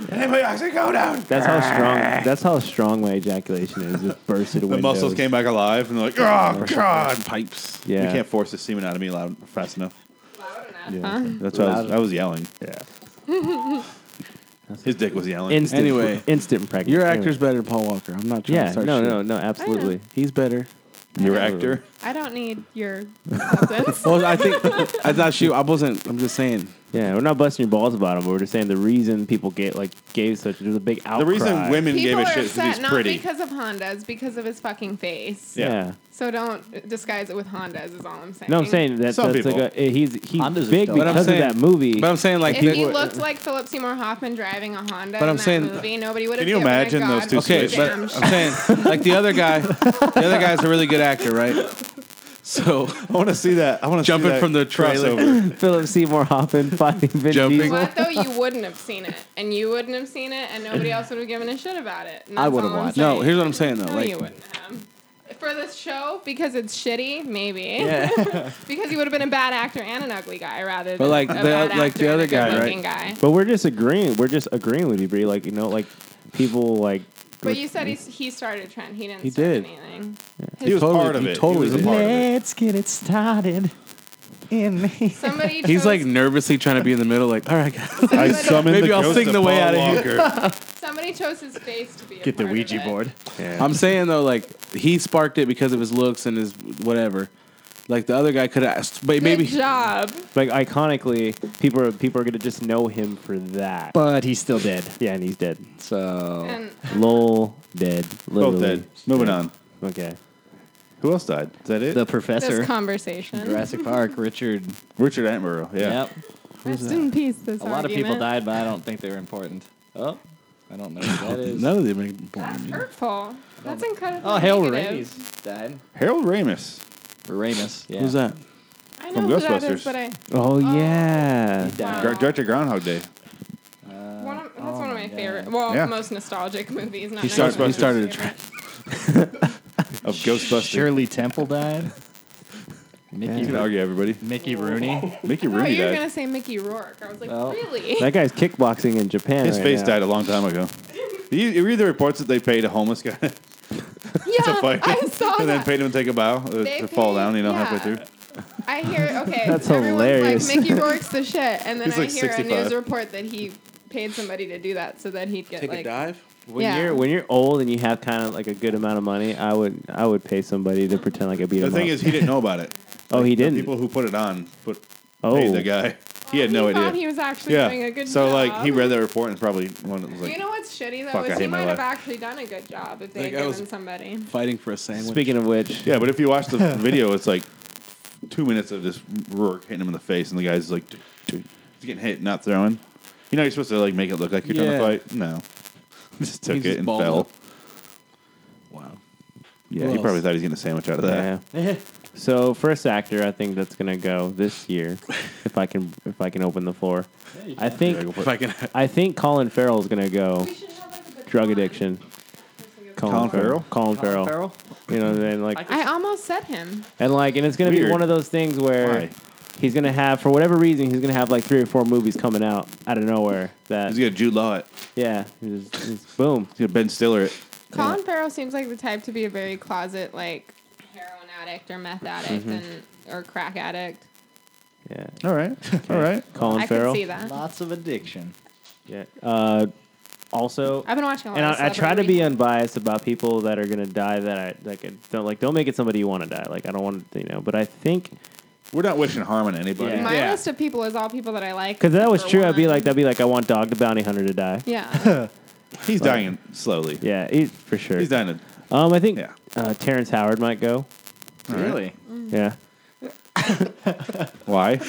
Anybody actually go down?
that's how strong. That's how strong my ejaculation is. Just bursted
The
windows.
muscles came back alive and they're like, oh, God.
pipes.
Yeah,
You can't force the semen out of me loud fast enough.
Yeah.
That's why I was,
Loud.
I was yelling.
yeah.
His dick was yelling.
Instant.
Anyway.
instant pregnant.
Your
Anyway.
actor's better than Paul Walker. I'm not trying to
Yeah,
start
no,
shit.
no, no, absolutely.
He's better.
Your actor.
I don't need your acceptance.
Well, I think I thought she. I wasn't. I'm just saying.
Yeah, we're not busting your balls about him. We're just saying the reason people get like gave such there's a big outcry.
The reason women
People
gave a
are
shit is because
upset
he's
not
pretty.
because of Hondas, because of his fucking face.
yeah.
Yeah.
So don't disguise it with Hondas. Is all I'm saying.
No, I'm saying that
Some
that's like
people.
a, eh, he's he's
Honda's a
big
dope. But
I'm
because
saying-
of that movie.
But I'm saying like.
If he looked like Philip Seymour Hoffman driving a Honda
But I'm
in that
saying-
movie, nobody would have.
Can you
given a
imagine
god
those two
for
okay,
the
but
damn
I'm
shit.
saying like the other guy. The other guy's a really good actor, right? So
I want to see that. I want to
Jumping
see that
from the trailer.
crossover.
Philip Seymour Hoffman fighting Vin
Jumping.
Diesel.
What though? You wouldn't have seen it, and you wouldn't have seen it, and nobody else would have given a shit about it. And
I
that's
would have
all I'm
watched.
no,
saying.
here's what I'm saying though.
No,
Like
you wouldn't have. For this show, because it's shitty, maybe.
Yeah.
because he would have been a bad actor and an ugly guy rather than
But like
a
the-
bad
like
actor
the
and
other
a
guy,
good-looking guy.
But we're just agreeing. We're just agreeing with you, Bree. Like you know, like people like.
But you said he, he started a trend. He didn't
He
start
did.
anything.
He was
Totally-
part of
he
it.
totally
he was
did.
a part of it.
Let's get it started. In me.
Somebody
he's
chose-
like nervously trying to be in the middle. Like, all right, guys.
I summoned
Maybe
the
I'll
ghost
sing
of
the way
Paul
out of
Walker.
somebody chose his face to be a
Get the
part of
Ouija
it.
board.
I'm saying though, like he sparked it because of his looks and his whatever. Like the other guy could have, but
Good
maybe
job.
Like iconically, people are people are gonna just know him for that.
But he's still dead.
yeah, and he's dead.
So
And
Lol, dead. Literally.
Both dead. Moving on.
Okay.
Who else died? Is that it?
the
this
professor,
conversation.
Jurassic Park, Richard.
Richard Attenborough. Yeah.
Yep.
Rest in peace. This
A lot of people
argument.
died, but I don't think they were important. Oh, I don't know. Who that is.
none of them. Are
Hurtful. That's incredible.
Oh, Harold
negative.
Ramis died.
Harold Ramis.
Or Ramis. Yeah.
Who's that?
I know
From
who that is,
Ghostbusters.
but I.
Oh, yeah.
Died.
Gr- Director Groundhog Day.
One of, that's one of my
God.
favorite, well,
Yeah.
most nostalgic movies. Not
He started-
necessarily
he started
my
a
favorite.
Of Ghostbusters.
Shirley Temple died. Mickey,
You can argue everybody.
Mickey Rooney.
Mickey
I thought
Rooney
you were
died.
gonna say Mickey Rourke. I was like,
Well,
really?
That guy's kickboxing in Japan.
His
right
face
now.
died a long time ago. You, you read the reports that they paid a homeless guy to
yeah,
fight
I saw
and then
that.
paid him to take a bow uh, to
Oh, They
fall
paid-
down, you know,
yeah.
halfway through.
I hear okay.
That's
everyone's
hilarious.
Like Mickey Rourke's the shit, and then
He's
I
like
hear
65.
a news report that he paid somebody to do that so that he'd get like
dive.
When
Yeah.
you're when you're old and you have kind of like a good amount of money, I would I would pay somebody to pretend like I beat
The
him
thing
up.
is, he didn't know about it.
oh, he
The
didn't.
people who put it on put
oh,
paid the guy. He had
Oh,
no
he
idea.
Thought he was actually doing
yeah.
a good
so
job.
like he read that report and probably one was like,
you know what's shitty though
Fuck, I
is
hate
he
my
might have
life.
actually done a good job if they
Like,
had
I
given
was-
somebody.
Fighting for a sandwich.
Speaking of which,
yeah. But if you watch the video, it's like two minutes of just Rourke hitting him in the face, and the guy's like, "Dude, dude." he's getting hit, not throwing. You know, you're supposed to like make it look like you're
Yeah.
trying to fight. No, just took
He just
it and
balled
fell.
up. wow.
Yeah,
Who
he probably
else?
thought he was getting a sandwich out of that.
yeah. so first actor, I think that's gonna go this year, if I can if I can open the floor. I think
If I can,
I think Colin Farrell is gonna go
We should have, like, a good
drug
time.
addiction.
Colin Farrell?
Colin Farrell. You know, and like
I almost said him.
and like and it's gonna
Weird.
be one of those things where.
Why?
He's gonna have, for whatever reason, he's gonna have like three or four movies coming out out of nowhere. That
He's gonna Jude Law it.
yeah, he's- he's- boom.
He's gonna Ben Stiller it.
Colin Farrell seems like the type to be a very closet, like addict or meth addict and or crack addict.
Yeah.
All right. All right.
Colin
I
Farrell.
could see that.
Lots of addiction.
Yeah. Uh, also,
I've been watching a lot.
and
of
I, I try to
celebrity-
be unbiased about people that are gonna die that I like. I Don't like. Don't make it somebody you want to die. Like I don't want to, you know. But I think
We're not wishing harm on anybody.
Yeah.
My
Yeah.
list of people is all people that I like.
because that was
for
true. I'd be
one.
like, that'd be like, I want Dog the Bounty Hunter to die.
yeah.
He's dying slowly.
Yeah, he, for sure.
He's dying.
Um, I think
Yeah.
uh, Terrence Howard might go.
Really?
Mm.
Yeah.
Why?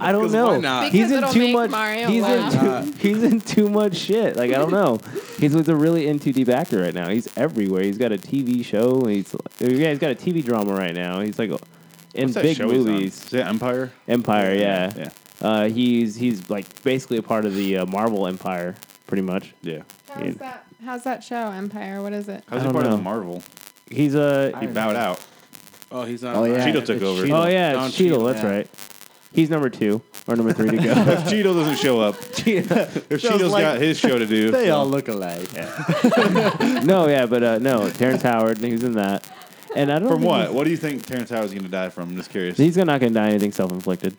I don't
'Cause why
know.
not?
Because
He's in
it'll
too
make
much.
Mario
he's
laugh.
in too, he's in too much shit. Like I don't know. he's with a really into deep actor right now. He's everywhere. He's got a TV show. He's yeah. He's got a TV drama right now. He's like in
What's that
big
show he's on?
movies.
Is it Empire?
Empire. Yeah.
Yeah.
Uh, he's he's like basically a part of the uh, Marvel Empire, pretty much.
Yeah.
How's that? How's that show Empire? What is it?
I
How's he
don't
part
know.
of Marvel?
He's a.
He bowed out.
Oh, he's not.
Oh, yeah.
Cheeto took
It's
over.
oh yeah,
Don
it's Cheadle.
Cheadle,
That's
yeah.
right. He's number two or number three to go.
If Cheeto doesn't show up, if Cheeto's
like-
got his show to do,
They all look alike.
no, yeah, but uh, no, Terrence Howard. He was in that. And I don't
from
think
what? What do you think Terrence Howard's going to die from? I'm just curious.
He's gonna not gonna die anything self inflicted.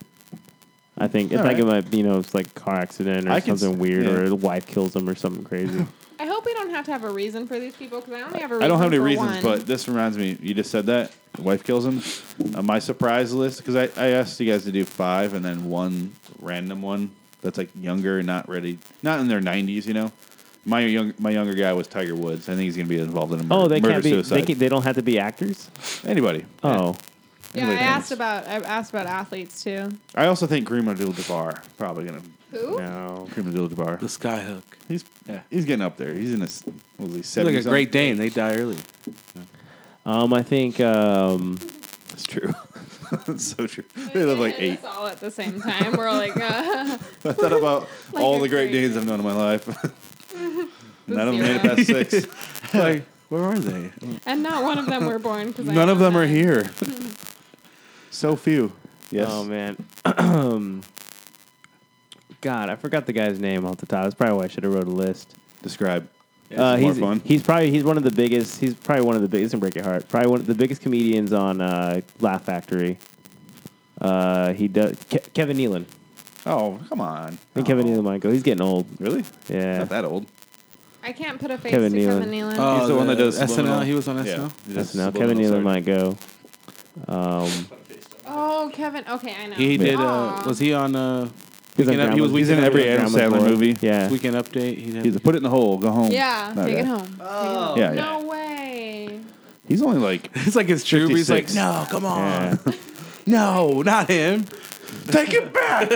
I think it's
All
like
right.
it might you know it's like car accident or
I can
something
s-
weird
yeah.
or the wife kills him or something crazy.
I hope we don't have to have a reason for these people because I only have a reason.
I don't have any
for
reasons,
one.
but this reminds me. You just said that the wife kills him. Uh, my surprise list because I, I asked you guys to do five and then one random one that's like younger, not ready, not in their nineties. You know, my young my younger guy was Tiger Woods. I think he's gonna be involved in a murder,
oh, they
murder
can't be. They,
suicide.
can, they don't have to be actors.
Anybody?
yeah, I
Oh,
Anyway,
asked
thanks.
about I asked about athletes too.
I also think Kareem Abdul-Jabbar probably gonna
Who?
no.
Kareem
The
Abdul-Jabbar.
skyhook.
He's yeah, he's getting up there. He's in his what was he
He's like
seventy?
a Great Dane. They die early.
Um, I think um,
That's true. That's so true. They live like eight.
It's all at the same time. We're all like, uh,
I thought about
Like
all
a
the great
crazy.
Danes I've known in my life. None of them made it
zero.
past six.
like, where are they?
and not one of them were born. 'cause I
None of
know
them are
that.
here. so few. Yes.
oh man, God, I forgot the guy's name off the top. That's probably why I should have wrote a list.
Describe.
Uh,
This is
he's
more fun.
he's probably he's one of the biggest. He's probably one of the biggest. And break your heart. Probably one of the biggest comedians on uh, Laugh Factory. Uh, he does Ke- Kevin Nealon.
oh, come on. Oh.
I think Kevin Nealon might go. He's getting old.
Really?
Yeah.
Not that old.
I can't put a face
Kevin
to
Nealon.
Kevin Nealon.
Oh,
he's the, one that does
SNL.
subliminal.
He was on
Yeah,
SNL.
he does
That's now Kevin Nealon
subliminal
might go. Um,
oh, Kevin. Okay, I know.
He did. Uh,
Aw.
was he on? Uh,
He's
Weekend
on
Up- he
Grandma's-
was
He's in
Weekend
every
Update.
Adam
Grandma's
Sandler
Boy.
movie.
Yeah.
Weekend Update. He did.
He's a put it in the hole, go home.
Yeah,
That
take
guy.
it home. Oh,
Yeah, yeah.
no way.
He's only like,
It's like his true. He's like,
56.
no, come
Yeah.
on, no, not him. Take it back.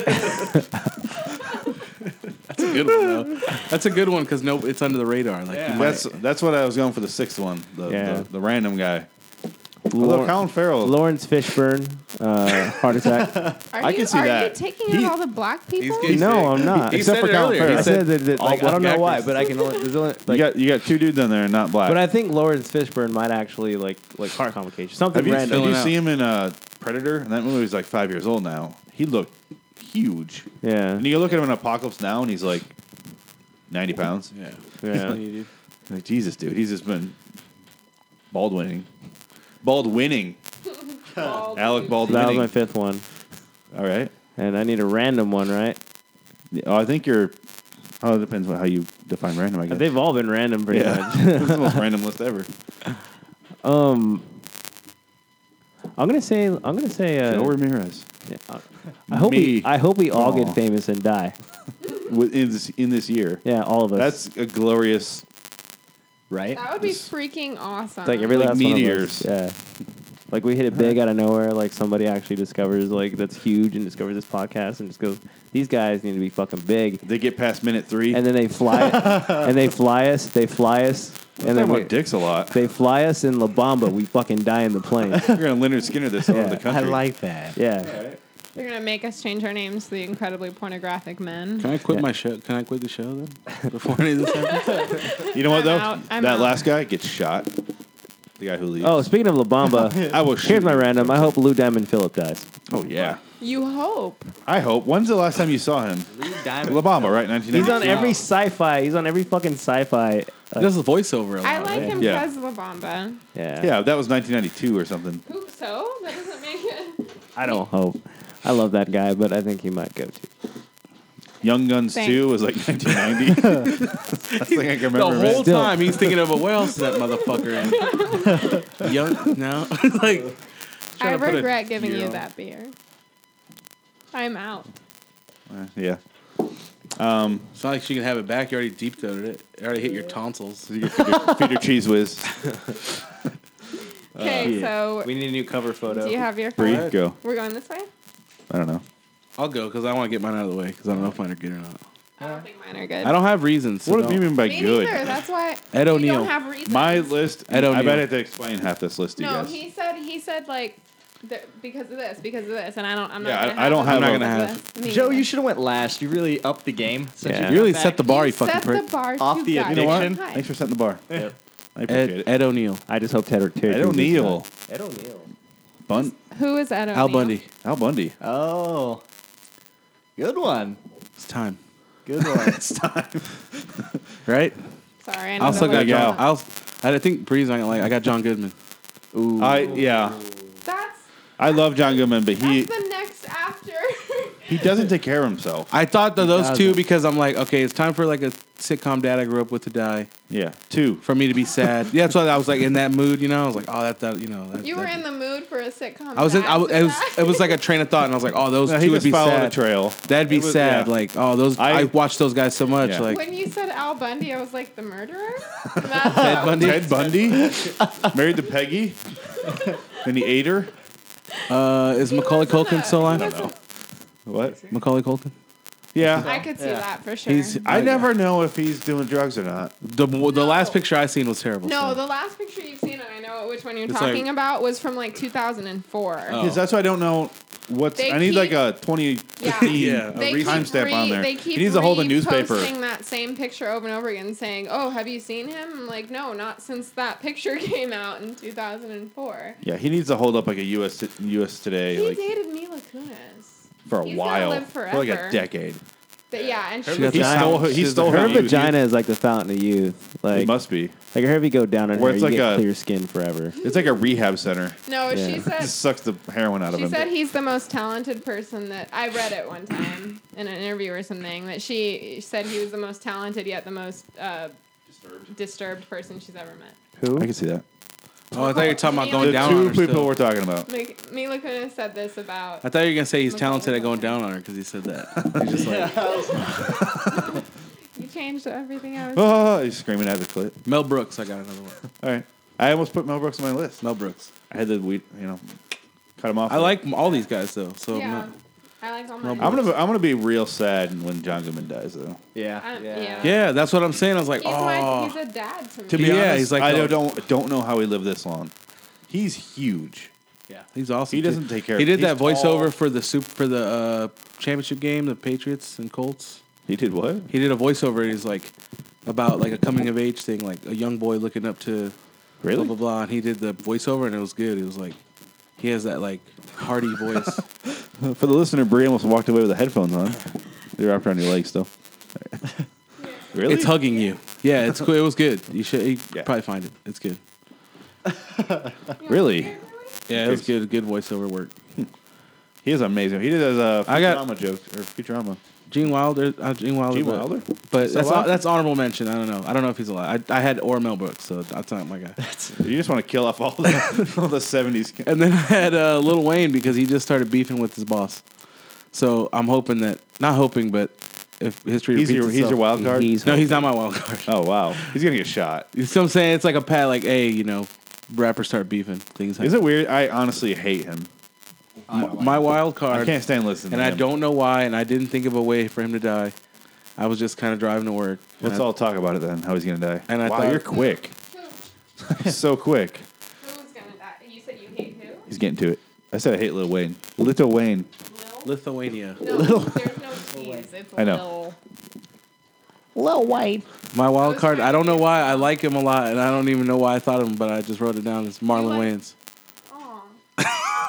That's a good one. Though. That's a good one because no, it's under the radar. Like you might-
that's that's what I was going for the sixth one, the,
Yeah.
the, the random guy. Although
Lawrence,
Colin Farrell,
Lawrence Fishburne, uh, heart attack.
Are
I
you,
can see
are
that.
you taking out
He-
all the black people?
getting-
no, I'm not.
He
Except
said
for
it
Colin
earlier.
Oh,
Farrell.
He
I
said
said that, that,
all
like, I don't
black
know why,
actors.
but I can only. There's only like,
you got you got two dudes in there, not black.
but I think Lawrence Fishburne might actually like like heart complications. Something
Have you,
random.
have you
out.
seen him in uh, Predator? And that movie was like five years old now. He looked huge.
yeah.
And you look at him in Apocalypse Now, and he's like ninety pounds.
yeah.
yeah.
Like Jesus, dude, he's just been bald winning, bald winning.
Bald
Alec
dude.
Baldwin.
That was my fifth one.
All right.
And I need a random one, right?
Yeah, Oh, I think you're. Oh, it depends on how you define random. I guess.
They've all been random pretty
yeah,
much.
it's the most random list ever.
I'm gonna say I'm gonna say
Joe
uh,
Ramirez
I hope
me.
we I hope we all
Aw.
get famous and die.
With- in this in this year.
Yeah, all of us.
That's a glorious.
Right?
That would be freaking awesome.
It's like every
Like
last
meteors.
One of us. Yeah. Like we hit it big out of nowhere. Like somebody actually discovers like that's huge and discovers this podcast and just goes, these guys need to be fucking big.
They get past minute three.
And then they fly and they fly us. They fly us. And
I'm
then
talking
we,
about dicks a lot.
they fly us in La Bamba. We fucking die in the plane.
You're gonna Leonard Skinner this all over the
I
country.
like that.
Yeah.
They're gonna make us change our names to the incredibly pornographic men.
Can I quit my show? Can I quit the show then? Before any of this happens,
You know what
I'm
though?
out. I'm
that
out.
last guy gets shot. The guy who leaves.
Oh, speaking of La Bamba,
I will shoot.
here's my
you.
random. I hope Lou Diamond Phillip dies.
Oh yeah.
You hope.
I hope. When's the last time you saw him?
Diamond.
La Bamba, right? 1992.
He's on every sci-fi. He's on every fucking sci-fi.
He does the voiceover a lot.
I like him
Yeah.
because La Bamba.
Yeah.
Yeah, that was 1992 or something.
Who so? That doesn't make it.
I don't hope. I love that guy, but I think he might go too.
Young Guns
Thanks.
2 was like 1990. That's the thing I can
The
remember. man.
whole
Still.
time he's thinking of, where else is that motherfucker in? Young, no. It's like,
I
to put a
regret giving
year
you
on.
that beer. I'm out.
Uh, yeah.
it's not like she can have it back. You already deep throated it. You already hit your tonsils.
Feed your- feed your cheese whiz. Uh,
Okay, so
We need a new cover photo.
do you have your
Bree,
phone?
go.
We're going this way?
I don't know.
I'll go because I want to get mine out of the way because I don't know if mine are good or not.
I don't think mine are good.
I don't have reasons. So
what do you mean by
Me
good?
neither. That's why
Ed
we
O'Neill.
don't have reasons.
My list. I
Ed
don't. I
O'Neill.
bet I have to explain half this list to you
no,
guys.
he said he said like th- because of this, because of this, and I don't. I'm
Yeah, I-
not. gonna
I don't have-
I'm not
because
gonna
of
have-
this. Me
Joe,
either.
you should have went last. You really upped the game. Since
Yeah.
you
You really
got
set the
back.
bar, you,
You
fucking
set
prick.
the bar
Off
too
the
goddamn
you know what?
high.
Thanks for setting the bar. I
Ed,
appreciate it.
Ed O'Neill.
I just hope Ted or Terry.
Ed O'Neill.
Ed O'Neill.
Bun-
Who is Ed O'Neill?
Al Bundy.
Al Bundy.
Oh, good one.
It's time.
Good one.
Right?
Sorry, I
I also
know
got
the
John.
word.
I, was, I think Bree's not gonna like. I got John Goodman.
I yeah.
That's
I love John Goodman, but he
that's the next after.
he doesn't take care of himself.
I thought that those two
doesn't.
because I'm like, okay, it's time for like a sitcom dad I grew up with to die
Yeah. Two.
for me to be sad. yeah, that's why I was like in that mood. You know, I was like, oh, that, that you know. That,
you
that-
were in the mood for a sitcom.
I was. In, I
back
was.
to
It was,
back.
it was like a train of thought, and I was like, oh, those
No, he
two would
just
be
followed a
sad.
trail.
That'd be
It was-
sad.
yeah.
Like, oh, those. I,
I-
watched those guys so much.
Yeah.
Like,
when you said Al Bundy, I was like the murderer. That's
Ted Bundy.
Ted Bundy married to Peggy, and he ate her.
Uh, is Macaulay
wasn't
Culkin
a-
still
he
alive?
wasn't-
What?
Macaulay Culkin.
I
Yeah.
could see
Yeah.
that for sure.
He's
I never know if he's doing drugs or not.
the the
No.
last picture I seen was terrible.
No,
so.
the last picture you've seen, and I know which one you're
It's
talking
like-
about, was from like 2004.
Oh.
Because that's why I don't know what's.
They
I need
keep-
like a twenty
Yeah.
fifteen
Yeah.
a re-
keep
timestamp
re-
on there.
They keep
he needs to hold a newspaper.
reposting that same picture over and over again, saying, "Oh, have you seen him?" I'm like, no, not since that picture came out in 2004.
Yeah, he needs to hold up like a U.S. t- U.S. Today
He
like
dated Mila Kunis.
for a
he's gonna
while,
live
for like a
forever.
decade.
But yeah, and she
She got
He
the-
stole her. He
she's
stole
Her
her. youth.
vagina is like the fountain of youth. Like,
It must be.
like her if you go down on
Where
her,
it's
you
like
get
a-
clear skin forever.
It's like a rehab center.
no, she
Yeah.
It
said
sucks the heroin out of
She
him.
said he's the most talented person that I read it one time in an interview or something that she said he was the most talented yet the most uh, disturbed. person she's ever met.
Who?
I can see that.
Oh, I thought you were talking about
The
going
The
down.
two
on her
people
still.
we're talking about.
Like, Mila Kunis said this about
I thought you were gonna say he's
Macaulay
talented at going
Culkin.
down on her because he said that. He's just like
you changed everything I was.
Oh, he's screaming at the clip.
Mel Brooks. I got another one.
All right. I almost put Mel Brooks on my list.
Mel Brooks.
I had to, we, you know, cut him off.
I like all these guys though. So I'm
yeah,
not-
I like all
No,
my.
Oh, I'm gonna. I'm gonna be real sad when John Goodman dies, though.
Yeah.
I'm- Uh, yeah.
yeah, that's what I'm saying. I was like,
He's, my,
oh,
he's a dad to me.
To be Yeah, honest, he's like
I
the-
don't, don't don't know how he lived this long. He's huge.
Yeah.
he's awesome.
He
too.
doesn't take care.
He
of
did
he's
that voiceover
tall.
for the soup for the uh, championship game, the Patriots and Colts.
He did what?
He did a voiceover. And he's like about like a coming of age thing, like a young boy looking up to
Really?
blah blah blah. And he did the voiceover, and it was good. It was like he has that like hearty voice.
For the listener, Brie almost walked away with the headphones on. They're wrapped around your legs still. really?
It's hugging you. Yeah, it's cool. It was good. You should you
Yeah.
probably find it. It's good.
really?
Yeah, it was good. Good voiceover work.
He is amazing. He did those uh,
I got-
Futurama jokes or Futurama.
Gene Wilder, uh, Gene Wilder,
Gene
but-
Wilder?
but
Still
that's
alive?
that's honorable mention. I don't know. I don't know if he's alive. I, I had or Mel Brooks, so that's not my guy.
You just want to kill off all the all the seventies.
And then I had uh, Little Wayne because he just started beefing with his boss. So I'm hoping that, not hoping, but if history
He's
repeats
your he's
itself-
your wild card.
He's-
No, he's not my wild card.
oh wow, he's gonna get shot.
You see what I'm saying? It's like a pat, like hey, you know, rappers start beefing. Things.
Is it weird? I honestly hate him.
M- my wild card?
I can't stand listening.
and
to
I
him.
don't know why, and I didn't think of a way for him to die. I was just kind of driving to work. and
Let's
I-
all talk about it then. How he's gonna die?
And I
wow,
thought-
you're quick.
Who,
so quick.
who's gonna die? You said you hate who?
He's getting to it. I said I hate Lil Wayne. Little Wayne.
Lil.
Lithuania.
No, there's no T's. It's
I know.
Lil.
Lil Wayne.
My wild
Those
card.
are-
I don't know why I like him a lot, and I don't even know why I thought of him, but I just wrote it down. It's Marlon
like-
Wayans.
Aw.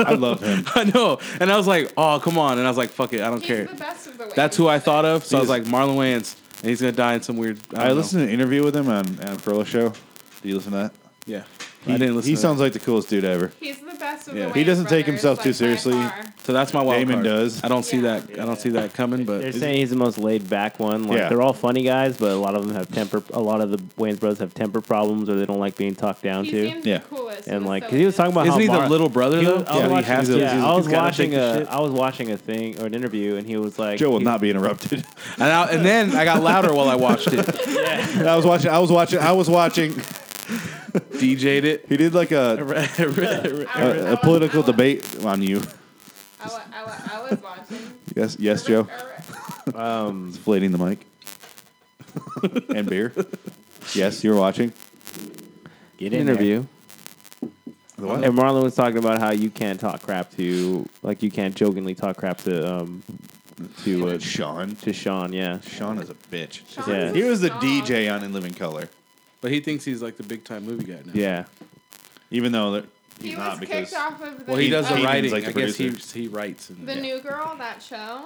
I love him.
I know. And I was like, oh, come on. And I was like, fuck it. I don't
He's
care.
the best of the way.
That's who I thought of. So I was
He's-
like, Marlon Wayans. And he's going to die in some weird. I,
I,
don't
listened to an interview with him on on Furlough Show. Do you listen to
Know.
that?
Yeah.
He,
I didn't listen
He
to
sounds like the coolest dude ever.
He's the best of
Yeah.
the
He
way.
doesn't take himself too seriously.
that. So that's my wild
Damon
card.
does.
I don't see
Yeah.
that. I don't see that coming, but.
They're saying he's the most laid back one. Like
Yeah.
they're all funny guys, but a lot of them have temper. A lot of the Wayne's brothers have temper problems, or they don't like being talked down
He
to.
seems
Yeah.
the coolest.
And
was
like,
so
'cause he was
good.
talking about
Isn't
how
he the
Mar-
little brother,
He
though?
was- I was
Yeah, he
watching-
has to.
yeah,
he's-
I was
he's gotta take
watching
the
a
shit.
I was watching a thing or an interview, and he was like,
Joe will
he-
not be interrupted.
And, I, and then I got louder while I watched it.
I was watching. I was watching. I was watching.
DJ'd it.
He did like a,
I
I was- I
uh, a, a
was-
political
I was-
debate on you.
I wa- I wa- I was watching.
Yes, yes, Joe.
Um,
Inflating the mic and beer. Yes, you were watching.
Get in there.
interview.
The what?
And Marlon was talking about how you can't talk crap to, like, you can't jokingly talk crap to, um, to, uh,
Sean.
to Sean. Yeah,
Sean is a bitch.
Sean's
Yeah.
a
He was the
dog.
DJ on In Living Color,
But he thinks he's like the big time movie guy now.
yeah.
even though that- he's
He
not
was
because
kicked off of the.
Well, he does
He-
the
he
writing.
means, like, the
I guess he
producer.
he writes. And,
The
yeah.
New Girl, that show,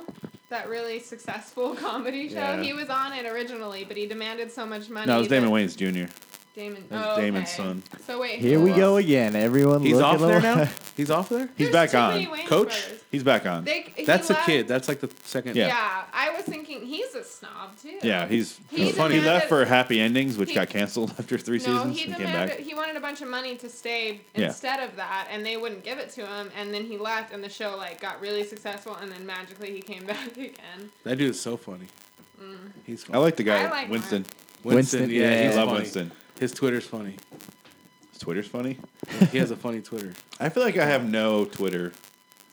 that really successful comedy show.
Yeah.
He was on it originally, but he demanded so much money.
no, it was Damon
that-
Wayans Jr.
Damon.
That was
oh,
Damon's
okay.
son.
So wait.
Here
who
we
was-
go again. Everyone
He's
look
off
at
there
the-
now. He's off there.
There's
He's back
too many
on.
Wayans
Coach?
brothers.
He's back on.
They, he
That's a
left-
kid. That's like the second.
Yeah.
Yeah. I was thinking he's a snob too.
yeah, he's
He
he,
demanded-
left for Happy Endings, which
He-
got canceled after three
no,
seasons
he
and came back.
demanded. He wanted a bunch of money to stay
Yeah.
instead of that, and they wouldn't give it to him. And then he left, and the show like got really successful, and then magically he came back again.
That dude is so funny. He's
I
funny.
like the guy,
I like
Winston.
Winston.
Winston,
yeah,
yeah.
he's
I love
funny.
Winston.
His Twitter's funny.
His Twitter's funny.
He has a funny Twitter.
I feel like I have no Twitter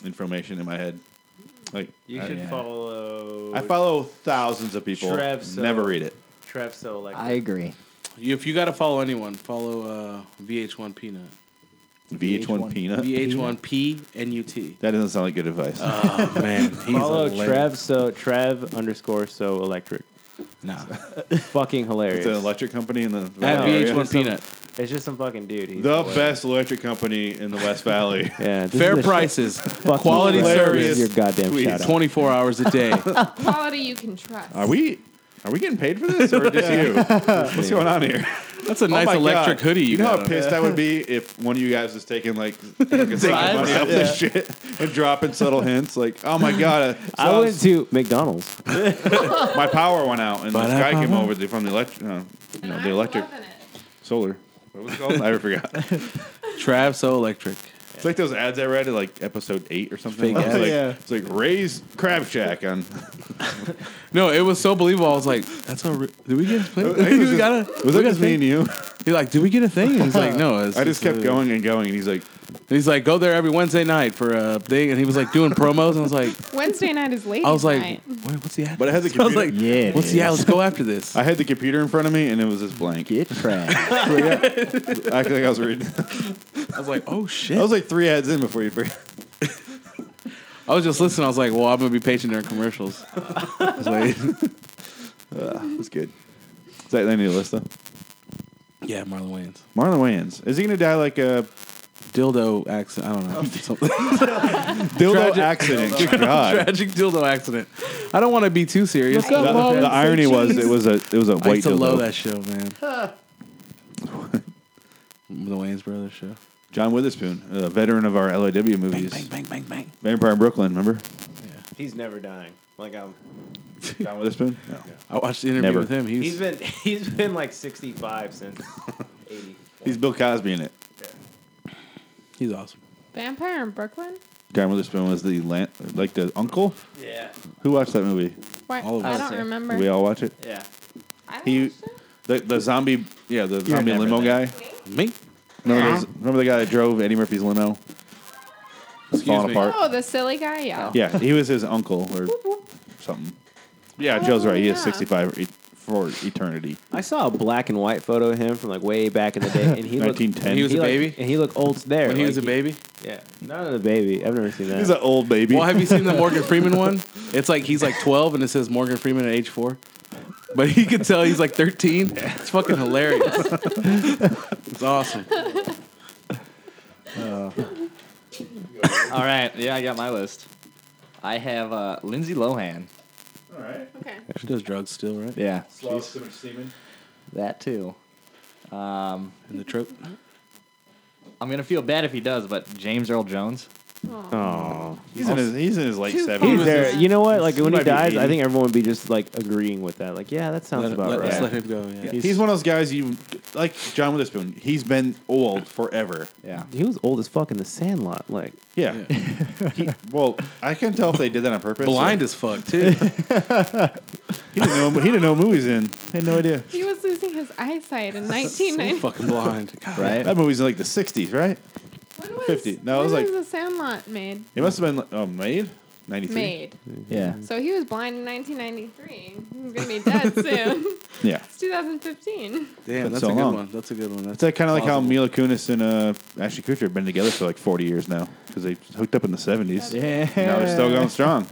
information in my head. Like
You
I,
Oh,
should
yeah.
follow.
I follow thousands of people.
Trev, so-
Never read it.
Trev so like
I agree.
You, if you got to follow anyone, follow uh, VH1 Peanut.
VH1,
VH1
Peanut.
VH1 P N U T.
that doesn't sound like good advice.
Oh man, he's
follow
a lame-
Trev so Trev underscore so electric.
Nah,
Fucking hilarious.
it's an electric company in the
at
Valley area.
VH1 Peanut.
It's just some fucking dude. He's
The
hilarious.
best electric company in the West Valley.
Yeah, this
Fair
is a
prices,
fucking
quality
hilarious-
service.
Your goddamn
tweet.
shout out.
24 hours a day.
Quality you can trust.
Are we? Are we getting paid for this or just you? What's going on here?
That's a nice
Oh my
electric
God.
hoodie. You,
You know
got
how
on.
pissed I would be if one of you guys was taking like taking some money off this shit and dropping subtle hints like, oh my god, uh, so
I went
was-
to McDonald's.
my power went out and this guy came
Ba-da-ba-ba.
over the, from the electric, uh, you
And
know,
I
the
was
electric
loving it.
solar. What was it called? I ever forgot.
Trav so electric.
It's like those ads I read in like episode eight or something.
Fake
It's
ads.
like,
Yeah.
it's like raise crab shack on.
No, it was so believable. I was like, "That's a. Re- did we get a
I
thing?
think it was
we
just-
got a.
Was
we
that
got a
just me
thing?
and you?
He's like, "Did we get a thing?" And he's like, "No." It's
I just kept
a-
going and going, and he's like,
And he's like, "Go there every Wednesday night for a thing." And he was like doing promos, and I was like,
Wednesday night is late.
"I was like,
night.
Wait, what's the ad?"
But it has a
So I was like,
computer.
Yeah. it
"What's the ad?
is.
Let's go after this."
I had the computer in front of me, and it was just blank.
Get trash.
I feel like I was reading.
I was like, "Oh shit!"
I was like three ads in before you. figured-
I was just listening. I was like, "Well, I'm gonna be patient during commercials." I was like, uh,
It's good. Is that the new list though?
"Yeah, Marlon Wayans,
Marlon Wayans is he gonna die like a
dildo accident. I don't know, something
dildo
Tragic-
accident? Good God.
tragic dildo accident." I don't want to be too serious.
The, the irony was it was a it was a
I
white
used to love
dildo.
that show, man. the Wayne's Brothers show.
John Witherspoon, a veteran of our LAW movies,
bang, bang, bang.
Vampire in Brooklyn. Remember
He's never dying. Like um, I'm.
John Witherspoon? No.
I watched the interview
Never.
with him. He was,
He's been he's been like 65 since 80.
He's Bill Cosby in it.
he's awesome.
Vampire in Brooklyn?
John Witherspoon was the lan- like the uncle.
Yeah.
Who watched that movie?
Why?
All of
I
us.
don't remember.
Did we all watch it?
Yeah.
I don't
He-
watch
The the zombie, yeah, the zombie
never
limo
there.
guy.
it.
Me?
Remember, those, remember the guy that drove Eddie Murphy's limo?
Excuse
falling
me.
apart.
Oh, the silly guy. Yeah.
Yeah, he was his uncle or something. Yeah, Joe's right. He is
yeah.
65 e- for eternity.
I saw a black and white photo of him from like way back in the day, and he looked.
1910.
He was a
like-
baby?
and he looked old there.
When he
like,
was a baby.
Yeah, not a baby. I've never seen that.
He's an old baby.
Well, have you seen the Morgan Freeman one? It's like he's like 12 and it says Morgan Freeman at age four. But he could tell he's like 13. It's fucking hilarious. it's awesome.
All right. Yeah, I got my list. I have uh, Lindsay Lohan.
All right.
Okay.
She does drugs still, right?
Yeah,
Sloth, too much semen.
that too. Um,
In the trope.
I'm gonna feel bad if he does, but James Earl Jones.
Oh,
He's in his he's in his late
Too
seventies.
he's
Thomas
there.
is-
You know what? Like when
might
he
be
dies,
80.
I think everyone would be just like agreeing with that. Like, yeah, that sounds
Let,
about
let,
right.
Let's let him go. Yeah.
He's, one of those guys you like John Witherspoon. He's been old forever.
Yeah.
He was old as fuck in The Sandlot. Like,
Yeah. He- well, I can tell if they did that on purpose.
blind as fuck too.
He didn't know. He didn't know movies in. I had no idea.
He was losing his eyesight in 1990.
fucking blind. God.
Right.
That movie's in like the '60s, right?
When was,
50. No, it
when
was like-
The Sandlot made?
It must have been like, oh, made '93.
Made.
Yeah.
So he was blind in 1993. He's gonna be dead soon.
Yeah.
it's 2015.
Damn,
Been
that's
so
a good
long.
one. That's a good one. That's
It's like kind of like how
plausible.
Mila Kunis and uh, Ashley Kutcher have been together for like 40 years now because they hooked up in the 70s.
Yeah.
Now they're still going strong.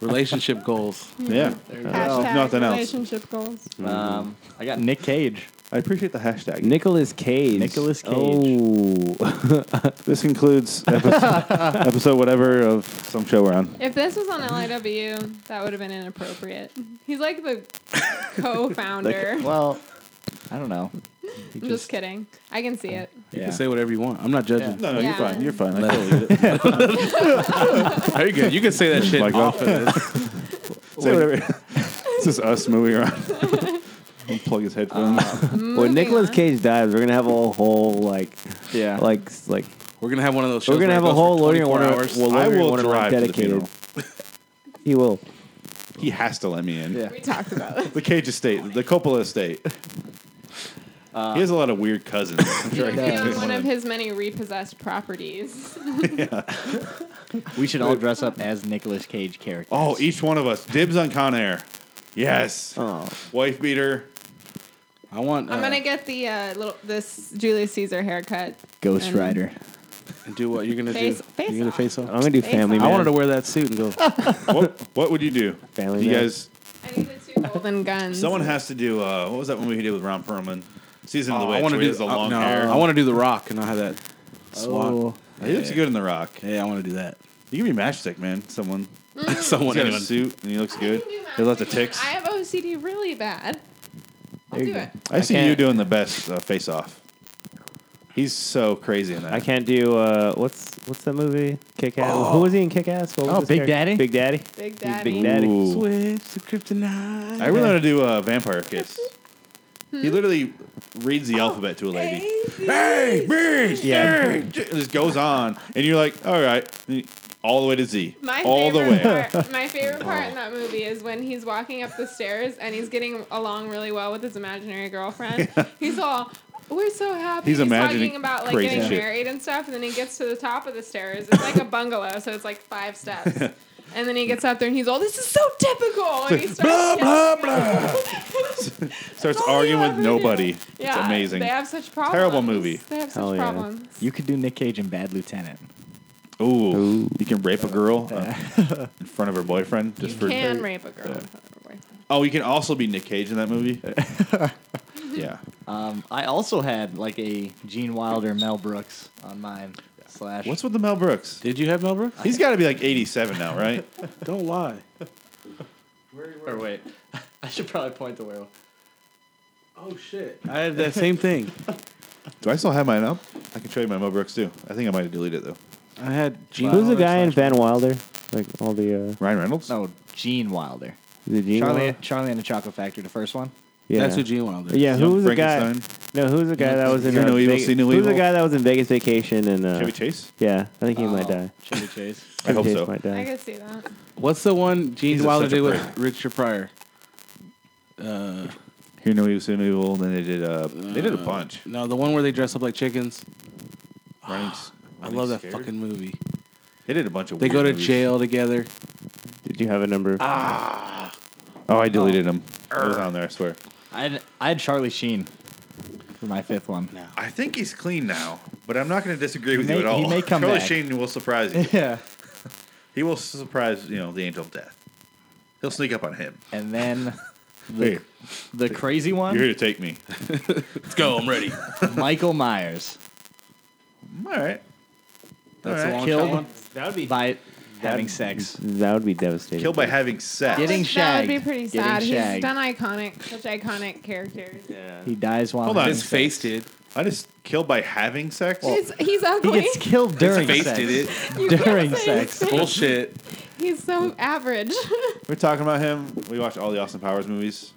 relationship goals.
yeah.
Hashtag
nothing else.
relationship goals.
Um, I got Nick Cage.
I appreciate the hashtag.
Nicholas Cage.
Nicolas Cage.
Oh,
This concludes episode, episode whatever of some show we're on.
If this was on LIW, that would have been inappropriate. He's like the co-founder.
Well, I don't know. He
I'm just kidding. I can see it.
You
yeah.
can say whatever you want. I'm not judging.
No, no,
Yeah.
you're fine. You're fine. I
Let-
totally get it.
Are you good? You can say that shit
Like uh, that.
often.
Oh,
Say whatever. this is us moving around. Unplug his headphones.
Mm,
when Nicolas
on.
Cage dies, we're gonna have a whole like,
Yeah.
like, like
We're gonna have one of those. Shows
we're
where
gonna
it
have a
goes
whole
for
Lord of
24
Wonder.
hours.
Well,
I
Lord
will
Wonder
drive to the
dedicated.
funeral.
He will.
he has to let me in.
Yeah.
We talked about it.
The Cage estate, the Coppola estate. he has a lot of weird cousins. I'm sure
It'll
I
be
can
on
pick
one of his many repossessed properties.
We should all dress up as Nicolas Cage characters.
Oh, each one of us. Dibs on Con Air. Yes.
Oh,
Wife beater.
I want. Uh,
I'm gonna get the uh, little this Julius Caesar haircut.
Ghost
And-
Rider.
do what you're gonna
Face-
do.
face
you're gonna
off.
face off.
I'm gonna do
Face
Family
off.
Man.
I wanted to wear that suit and go.
what, what would you do?
Family
you
man.
guys.
I need the two golden guns.
Someone has to do. Uh, what was that one we did with Ron Perlman? Season of the
Oh,
Witch.
I want to
where he
do
has the
uh,
long
no,
hair.
I want to do the Rock and not have that. Swat.
Oh.
he looks good in the Rock.
Yeah, I want to do that.
You can be matchstick, man. Someone. He's
Mm.
Someone.
got a
anyone.
suit and he looks
I can
good.
do
He
math
has lots of
again.
ticks.
I have OCD really bad. I'll
There you
do
go.
it.
I, see
can't-
you doing the best uh, face off. He's so crazy in that.
I can't do uh, what's what's that movie? Kick Ass. Who was he in Kick Ass? What was
Oh,
his
Big
character?
Daddy?
Big Daddy.
Big
He's
Daddy.
Big Daddy.
Ooh.
Switch to kryptonite.
I really want to do a vampire kiss.
Hmm?
He literally reads
Oh,
the alphabet to a lady. Hey, bees,
Yeah.
hey, j- just goes on, and you're like, all right, all the way to Z,
My
all the
favorite
way. Oh.
Part, my favorite part in that movie is when he's walking up the stairs and he's getting along really well with his imaginary girlfriend. He's all, "We're so happy."
He's imagining
talking about like
crazy
getting
shit.
married and stuff, and then he gets to the top of the stairs. It's like a bungalow, so it's like five steps. And then he gets up there and he's all, "This is so typical." And he
blah
starts
blah
yelling.
blah. Starts
All you
arguing with
ever do.
nobody.
Yeah,
it's amazing.
They have such problems.
movie.
They have such
Hell yeah.
problems.
You could do Nick Cage and Bad Lieutenant.
Ooh, you can rape a girl uh, in front of her boyfriend just
You
for.
can rape a girl.
Oh, you can also be Nick Cage in that movie. yeah,
Um, I also had like a Gene Wilder, Mel Brooks on mine. Slash.
what's with the Mel Brooks?
Did you have Mel Brooks?
He's got to be like 87 now, right?
Don't lie.
Oh,
or wait? I should probably point to where.
Oh shit! I had that same thing.
Do I still have mine up? I can show you my Mel Brooks too. I think I might have deleted it though.
I had. Gene
Who's the
Wilder
guy in
slash-
Van Wilder? Like all the uh,
Ryan Reynolds.
No, Gene Wilder.
the Gene
Charlie,
Wilder?
Charlie and the Chocolate Factory, the first one.
Yeah.
That's who Gene Wilder. is.
Yeah, who
Young
was the guy?
Frankenstein.
No, who was the guy that was in
Hear
uh,
no evil,
Vegas,
see no
Who was the
evil.
guy that was in Vegas Vacation and uh,
Chevy Chase.
yeah, I think he might
Oh,
die.
Chevy Chase.
I
Chevy
hope
Chase
so.
Might
I
die.
can see that.
What's the one Gene
He's
Wilder
such a
did
prick.
with Richard Pryor? Uh,
Here no evil, see no evil. Then they did uh, they did a bunch.
no, the one where they dress up like chickens.
Running,
I love that fucking movie.
They did a bunch of.
They
weird
go to
movies.
jail together.
Did you have a number?
Ah. Oh, I deleted them. It was on there. I swear.
I had, I had Charlie Sheen for my fifth one.
I think he's clean now, but I'm not going to disagree with
He
you
may-
at all.
he may come
Charlie
back.
Sheen will surprise you.
Yeah.
he will surprise you know the angel of death. He'll sneak up on him.
And then
Hey,
the crazy
you're here
one,
to take me.
Let's go. I'm ready.
Michael Myers.
All right.
That's the
Alright.
one
Killed.
killed
That would be
by having sex.
that would be devastating.
Killed by having sex.
Getting
That would
shagged.
be pretty
Getting
sad. He's
shagged.
done iconic, such iconic characters.
Yeah.
He dies while
Hold on.
having
His
sex.
did. I just killed by having sex.
He's, he's
He
ugly.
gets killed during
face
sex.
did it.
You can't
during
say
sex.
he's-
Bullshit.
He's so average.
We're talking about him. We watched all the Austin Powers movies,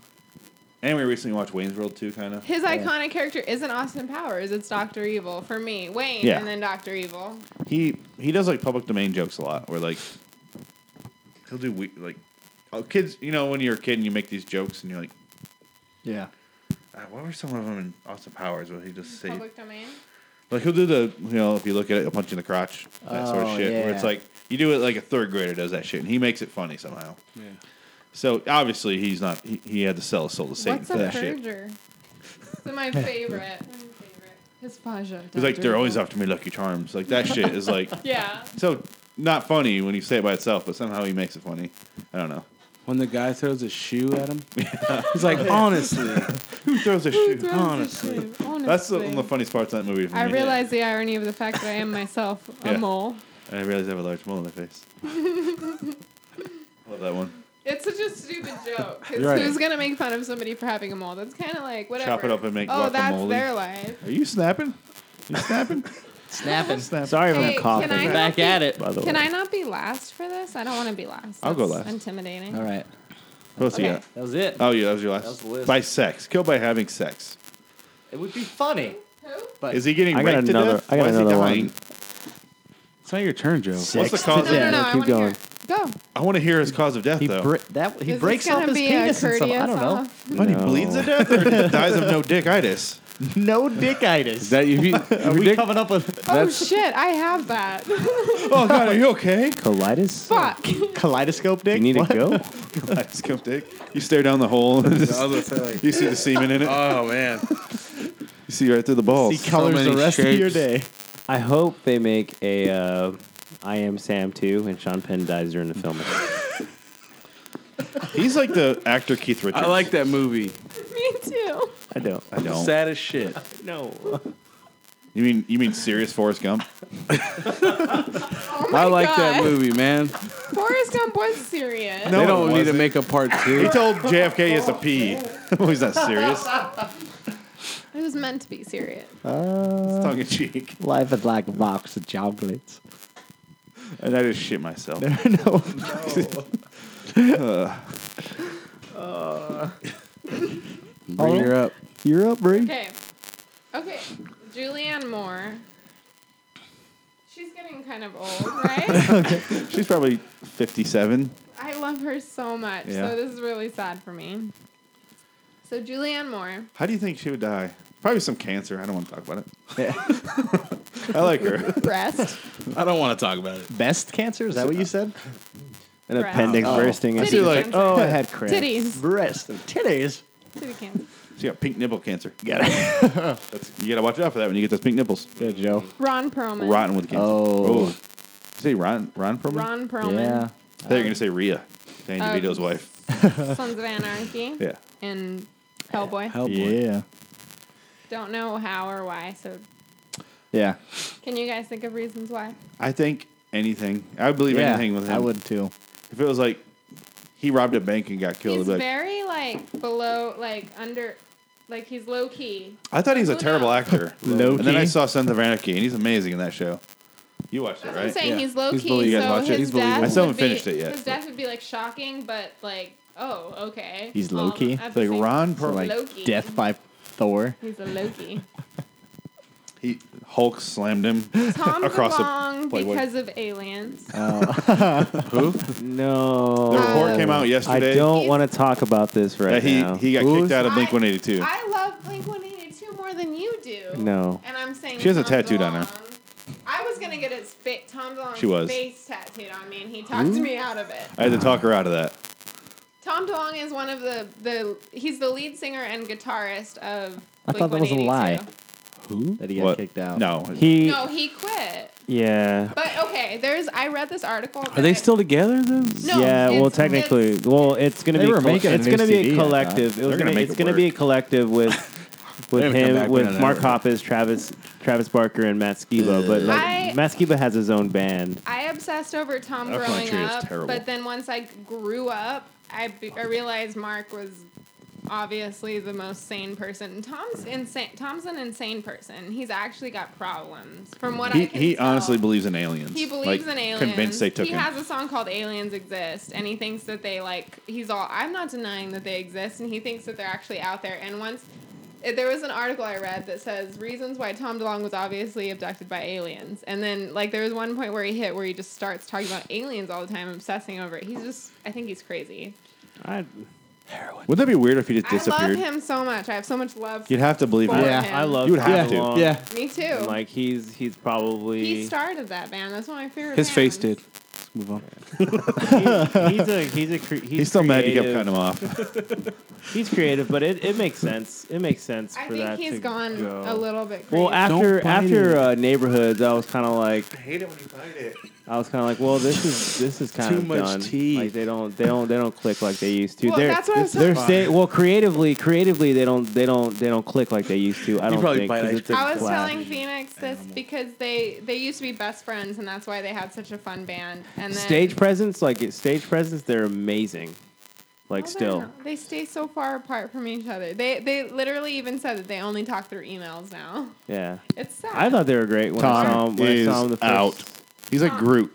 and we recently watched Wayne's World too, kind of.
His iconic character isn't Austin Powers. It's Doctor Evil for me. Wayne
Yeah.
and then Doctor Evil.
He he does like public domain jokes a lot, where like he'll do we, like oh, kids. You know, when you're a kid and you make these jokes, and you're like,
Yeah.
ah, why were some of them in Austin Powers? Where he just say
Public domain.
like he'll do the you know if you look at it, he'll punch you in the crotch, that sort of
Oh,
shit. Where
yeah.
it's like you do it like a third grader does that shit, and he makes it funny somehow. Yeah. So obviously he's not. He, he had to sell his soul to Satan
What's
for
a
that shit.
purger? So my favorite. My favorite. His Faja.
He's like they're always after me, Lucky Charms. Like that shit is like
Yeah.
so not funny when you say it by itself, but somehow he makes it funny. I don't know.
When the guy throws a shoe at him, he's like, honestly,
Who throws a shoe?
honestly.
Honestly.
That's the, one of the funniest parts of that movie. For
I
me.
realize the irony of the fact that I am myself a
Yeah.
mole.
And I realize I have a large mole on my face. I love that one.
It's such a stupid joke. 'cause
You're right.
Who's gonna make fun of somebody for having a mole? That's kind of like whatever.
Chop it up and make
Oh, that's
guacamole.
their life.
Are you snapping? You snapping?
Snapping.
Sorry if
Hey,
I'm
can
coughing.
I-
Back at it.
by the
Can
way.
I not be last for this? I don't want to be last.
I'll go
That's
last.
Intimidating.
All right.
What else you
Okay.
got?
That was it.
Oh yeah, that was your last.
was the list.
By sex, killed by having sex.
it would be funny.
Who?
But
Is he getting
I got
raped
another-
to death?
I got
Why is he
another one.
dying?
It's not your turn, Joe.
What's the
Sex
cause?
to
No,
Of,
death.
no,
Yeah,
no. I
no,
keep
want to hear.
going.
it. Go.
I want to hear his cause of death
he
though.
bre- that he
Is this
breaks
gonna
off his
be a
penis and stuff. I
courteous,
don't know.
but he
No.
bleeds to death or dies of no dickitis.
No dickitis.
Is that you? you
Are we
predict-
coming up with
Oh shit! I have that.
Oh god, are you okay?
Colitis?
Fuck.
kaleidoscope dick?
You need
What?
to go?
Ice cum dick. You stare down the hole. And just, you see the semen in it.
oh man,
You see right through the balls.
See colors
many
the rest of your
shapes.
day.
I hope they make a uh, I Am Sam 2 and Sean Penn dies during the filming.
He's like the actor Keith Richards.
I like that movie.
Me too.
I don't.
I don't.
Sad as shit.
No.
You mean you mean serious Forrest Gump?
Oh my
I like
God.
that movie, man.
Forrest Gump was serious.
No,
they
it
don't need to
wasn't.
make a part two.
He told JFK he has to pee. well, he's not serious.
It was meant to be serious.
Uh,
Tongue in cheek.
life is like a box of chocolates.
And I just shit myself.
no.
Bring her up.
You're up, Bree.
Okay. Okay. Julianne Moore. She's getting kind of old, right?
She's probably 57.
I love her so much.
Yeah.
So this is really sad for me. So Julianne Moore.
How do you think she would die? Probably some cancer. I don't want to talk about it. I like her.
Breast.
I don't want to talk about it.
Best cancer? Is that what you said?
An
Breast.
appendix
Oh.
bursting.
Titty
and-
cancer.
Oh, I had cramps.
Titties.
Breast. Titties.
Titty cancer.
She got pink nipple cancer.
Got it.
That's, you got to watch out for that when you get those pink nipples.
Good, Joe.
Ron Perlman.
Rotten with cancer.
Oh.
Did you say Ron, Ron Perlman?
Ron
Yeah.
Perlman.
I thought you were going to say Rhea, Dan
Oh.
DeVito's wife.
Sons of Anarchy.
Yeah.
And Hellboy.
Oh,
Hellboy.
Yeah.
Don't know how or why, so
Yeah.
can you guys think of reasons why?
I think anything. I would believe
yeah.
anything with him.
I would too.
If it was like he robbed a bank and got killed, I'd
He's
be like,
very like below like under like he's low key.
I thought he's a
Who
terrible
knows?
actor.
Low
And then I
key.
saw Sons of Anarchy, and he's amazing in that show. You watched it,
I'm
right?
saying
Yeah.
he's low
He's
key,
believable. You guys
so
watch it?
his
He's
death.
believable. I
still
would
haven't
be-
finished it yet.
His death would be like shocking, but like, oh, okay.
He's
All
low-key?
at
It's
the
Like
same-
Ron
So
Perlman,
like
Loki.
death by Thor.
He's a Loki.
he Hulk slammed him.
Tom
Across the
DeLonge
Playboy. Uh,
because of aliens.
No.
The report came out
I
yesterday
don't want to talk about this right
that he,
now.
he got
Who
kicked
was-
out of
I-
Blink 182.
I love Blink 182 more than you do.
No.
And I'm saying
She has a
Tom
tattoo down there.
DeLonge. I was gonna get his fa- Tom DeLonge's
She was.
face tattooed on me, and he talked me out of it.
I had to talk her out of that.
Tom DeLonge is one of the the he's the lead singer and guitarist of.
I thought that was a lie.
Who?
That he got
What?
kicked out.
No.
He.
No, he quit.
Yeah.
But okay, there's I read this article.
Are they still together? Then
No,
yeah, well,
it's-
technically, well, it's gonna
They
be
were
col-
making a
it's
new
gonna be
CD,
a
I thought.
collective. It was
They're gonna
gonna,
make
it's
it
gonna be a
work.
collective with with
haven't come
him
back, we
with
don't
Mark
ever-
Hoppus, Travis Travis Barker, and Matt Skiba. But like,
I-
Matt Skiba has his own band.
I obsessed over Tom
That
growing
country is
up,
terrible.
but then once I grew up, I, be- I realized Mark was obviously the most sane person. Tom's insane. Tom's an insane person. He's actually got problems. From what
He,
I can
he
tell.
honestly believes in aliens.
He believes
Like,
in aliens.
Convinced they took
he
him.
has a song called "Aliens Exist," and he thinks that they like. He's all, "I'm not denying that they exist," and he thinks that they're actually out there. And once eh, there was an article I read that says reasons why Tom DeLonge was obviously abducted by aliens, and then like there was one point where he hit where he just starts talking about aliens all the time, obsessing over it. He's just, I think he's crazy.
I,
Wouldn't that be weird if he just
I
disappeared?
love him so much. I have so much love.
You'd have to believe
for
it.
Yeah.
him.
I love
You would have
Tom
to.
DeLonge.
Yeah.
Me too.
And, like he's he's probably
he started that band. That's one of my favorite.
His face
bands.
did. Let's move on.
he's a he's a cre- he's,
He's still mad you
creative.
kept cutting him off.
He's creative, but it, it makes sense. It makes sense
I
for
think
that.
he's
to
gone
go.
a little bit. Crazy.
Well, after
bite
after
it.
uh, neighborhoods, I was kind of like
I hate it when you find it.
I was kind of like, well, this is this is kind
Too
of
much
done.
tea.
Like they don't they don't they don't click like they used to.
Well,
they're,
that's what I was
they're
talking
sta- well creatively creatively they don't they don't they don't click like they used to. I don't
probably
think.
bite
'cause
ice
it's a
I was
clash.
telling Phoenix this because they they used to be best friends and that's why they had such a fun band. And then,
stage presence like it's- stage presence they're amazing.
No, Oh,
Like
they're
still
not. they stay so far apart from each other. They they literally even said that they only talk through emails now.
yeah.
It's sad.
I thought they were great when I
Tom
saw them. When I saw
is
them the first,
out. He's like Groot.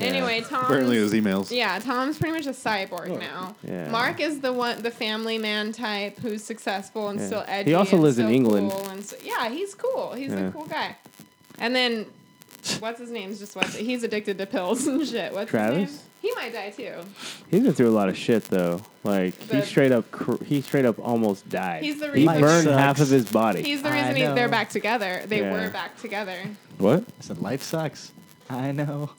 anyway, Tom.
Apparently, his emails.
Yeah, Tom's pretty much a cyborg now.
Oh, Yeah.
Mark is the one, the family man type who's successful and
Yeah.
still
He
edgy.
also
and
lives in
still
England.
cool and so- yeah, he's cool. He's
Yeah.
a cool guy. And then, what's his name's just what's it? He's addicted to pills and shit. What's
Travis?
His name? He might die too.
He's been through a lot of shit though. Like he
The-
straight up cr- he straight up almost died.
He's the
he
reason-
burned
Life
half of
sucks.
his body.
He's the
I
reason he,
know.
they're back together. They
Yeah.
were back together.
What?
I said, life sucks. I know.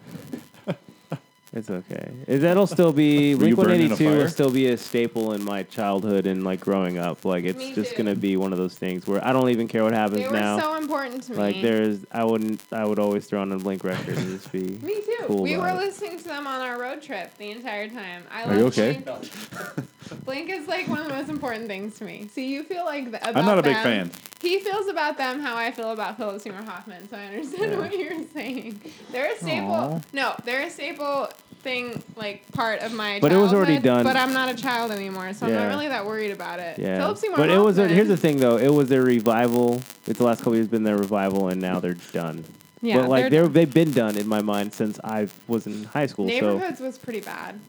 It's okay. That'll still be
Were you
Blink One
burned in
Eighty
a
Two will
fire?
still be a staple in my childhood and like growing up. Like it's
Me
just
too.
gonna be one of those things where I don't even care what happens
They were
now.
so important to me.
like there's, I wouldn't, I would always throw on a Blink record and just be.
me too.
cool
we were
about it.
listening to them on our road trip the entire time. I
you
love
okay?
Blink. Blink is like one of the most important things to me. See, you feel like th- about
I'm not a big
them-
fan.
He feels about them how I feel about Philip Seymour Hoffman, so I understand what you're saying. They're a staple. No, they're a staple thing, like part of my.
But it was already
childhood,
done.
But I'm not a child anymore, so I'm
Yeah.
not really that worried about it.
Yeah,
Philip Seymour.
but it was.
Hoffman-
here's the thing, though. It was their revival. It's the last couple years been their revival, and now they're done.
Yeah,
but like
they're-
they're, they've been done in my mind since I was in high school. So
Neighborhoods was pretty bad.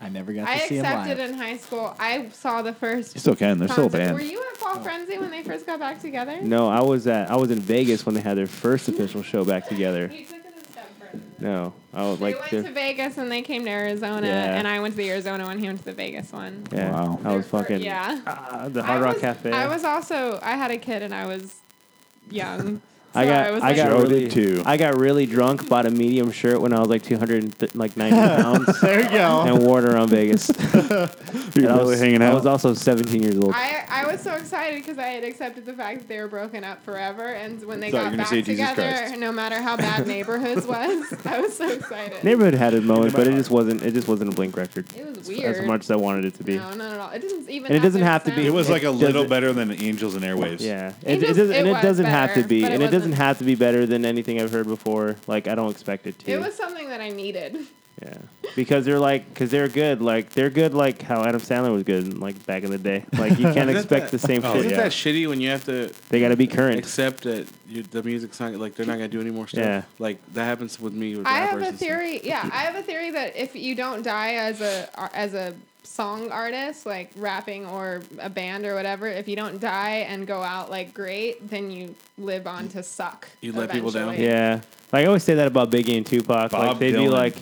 I never got to
I
see him
accepted
live.
in high school. I saw the first.
You still can. They're still a
concert.
band.
Were you at Fall Frenzy when they first got back together?
no, I was at I was in Vegas when they had their first official show back together.
You took it a step further.
No, I was like
they
they're-
went to Vegas and they came to Arizona,
Yeah.
and I went to the Arizona one. He went to the Vegas one.
Yeah.
Wow.
I was
Their fir-
fucking
Yeah.
Ah, the
I
Hard Rock
was-
Cafe.
I was also. I had a kid and I was young.
I
So
got
was
I
like,
got
Joe did
really
too.
I got really drunk, bought a medium shirt when I was like 200 like 90 pounds
There you go.
and wore it around Vegas.
You're
And I
really
was,
hanging
I
out.
was also 17 years old.
I, I was so excited because I had accepted the fact that they were broken up forever, and when they
Thought you were
got
gonna
back
say Jesus
together,
Christ.
no matter how bad neighborhoods was, I was so excited.
Neighborhood had a moment, but it just wasn't it just wasn't a blink record
it was weird.
as much as I wanted it to be.
No, not at all. It doesn't even.
And it doesn't have to be-
It was like
It
a little
doesn't-
better than Angels and Airwaves.
Yeah,
It
it, it
does-
doesn't, and
it
it
was
doesn't have to
better,
be,
but it
and it doesn't
wasn't.
have to be better than anything I've heard before. Like I don't expect it to.
It was something that I needed.
Yeah, because they're like, because they're good. Like they're good, like how Adam Sandler was good, like back in the day. Like you can't expect the same
Oh,
shit.
isn't that shitty when you have to
they got to be current.
accept that you, the music's not like they're not gonna do any more stuff?
Yeah.
Like that happens with me with
I have
rappers
a
and stuff.
theory. Yeah, I have a theory that if you don't die as a as a song artist, like rapping or a band or whatever, if you don't die and go out like great, then you live on to suck.
You let people down?
eventually.
yeah, like I always say that about Biggie and Tupac. like
Bob
they'd be
Dylan.
like,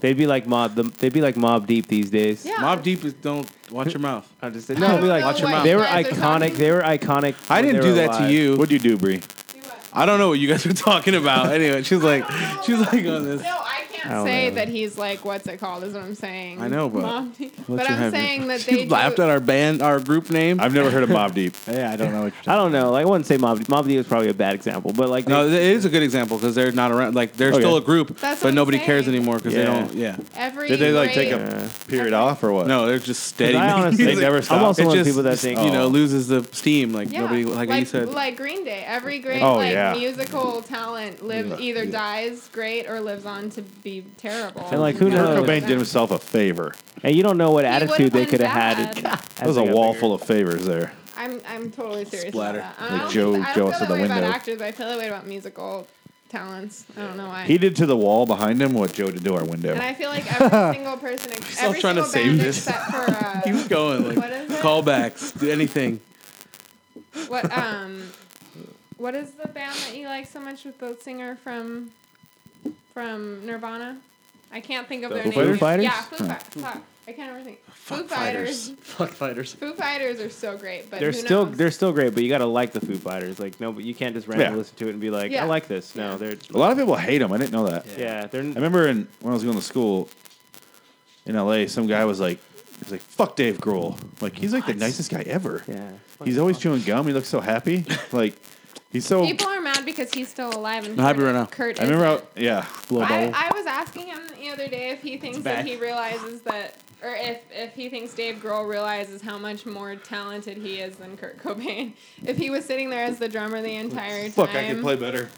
they'd be like mob. They'd be like mob deep these days.
Yeah.
Mob Deep is don't watch your mouth.
I just said,
I
no,
don't
be like,
know Watch your why mouth.
They were
guys are
iconic.
talking-
They were iconic.
I
when
didn't
they
do
were
that to
alive.
you.
What'd you do, Bree?
Do what?
I don't know what you guys were talking about. Anyway, she's like,
don't know.
she's like on this.
No, I can't can't
I don't
say
know.
that he's like what's it called? Is what I'm saying.
I know, but
Mom,
Let
but
you
I'm
have your-
saying that
you
they
laughed
do,
at our band, our group name.
I've never heard of Bob Deep.
Yeah, I don't know what you're talking
I don't know. Like, I wouldn't say Mob. Mob Deep is probably a bad example, but like,
no,
they-
it is a good example because they're not around. Like they're
Okay.
still a group,
That's what
but
I'm
nobody cares
saying.
anymore because
Yeah.
they don't. Yeah,
every.
Did they like
great-
take a period off or what?
no, they're just
I
steady.
honestly,
They never
I'm
stop.
also
It
one of
just-
the people that
just,
think
you know loses the steam. Like
Yeah,
nobody, like, you said,
like Green Day. Every great
Oh,
like
yeah.
musical talent lives either dies great or lives on to be terrible.
And, like, who
You know?
knows?
Kurt Cobain did himself a favor.
and you don't know what
would've
attitude they
been
could have had.
bad.
That was a wall full of favors there.
I'm I'm totally serious
Splatter.
about that. I don't,
Like Joe-
think- I don't
Joe
feel
outside
that
the
way about
window.
actors. I feel that way about musical talents. I don't know why.
He did to the wall behind him what Joe did to our window.
and I feel like every single person, ex-
still
every
trying to
single
save
band
this.
except for uh,
keep going,
What
like
is it?
callbacks, do anything.
what um, what is the band that you like so much with both singer from from Nirvana? I can't think of their
Foo
name.
Fighters?
Yeah, Foo Fighters. Fuck, I can't remember. the name. Foo Fighters.
Fuck fighters.
Foo Fighters are so great, but
They're
who
still
knows?
they're still great, but you gotta like the Foo Fighters. Like no, but you can't just randomly
Yeah.
listen to it and be like,
Yeah.
I like this. No,
Yeah.
they're
a lot of people hate him. I didn't know that.
yeah, they're
I remember in, when I was going to school in LA, some guy was like, he was like, fuck Dave Grohl. Like, he's like the nicest guy ever.
yeah.
He's always chewing gum. He looks so happy. Like, he's so.
People are mad because he's still alive and
I'm happy
Kurt-
right now.
Kurt
I remember,
isn't.
I, yeah.
I, I was asking him the other day if he thinks that
back.
he realizes that, or if, if he thinks Dave Grohl realizes how much more talented he is than Kurt Cobain. If he was sitting there as the drummer the entire
Fuck, I
time,
can play better.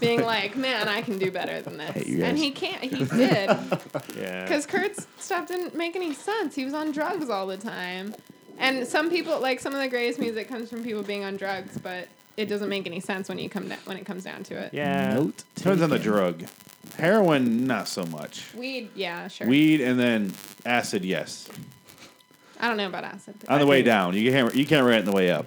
being like, "Man, I can do better than this,"
you
and
guys.
he can't. He did
yeah.
because Kurt's stuff didn't make any sense. He was on drugs all the time, and some people like some of the greatest music comes from people being on drugs, but it doesn't make any sense when you come down when it comes down to it.
yeah.
Depends on the drug. Heroin, not so much.
Weed, yeah, sure.
Weed and then acid, yes.
I don't know about acid. but-
On the way down, you can't you can't rant on the way up.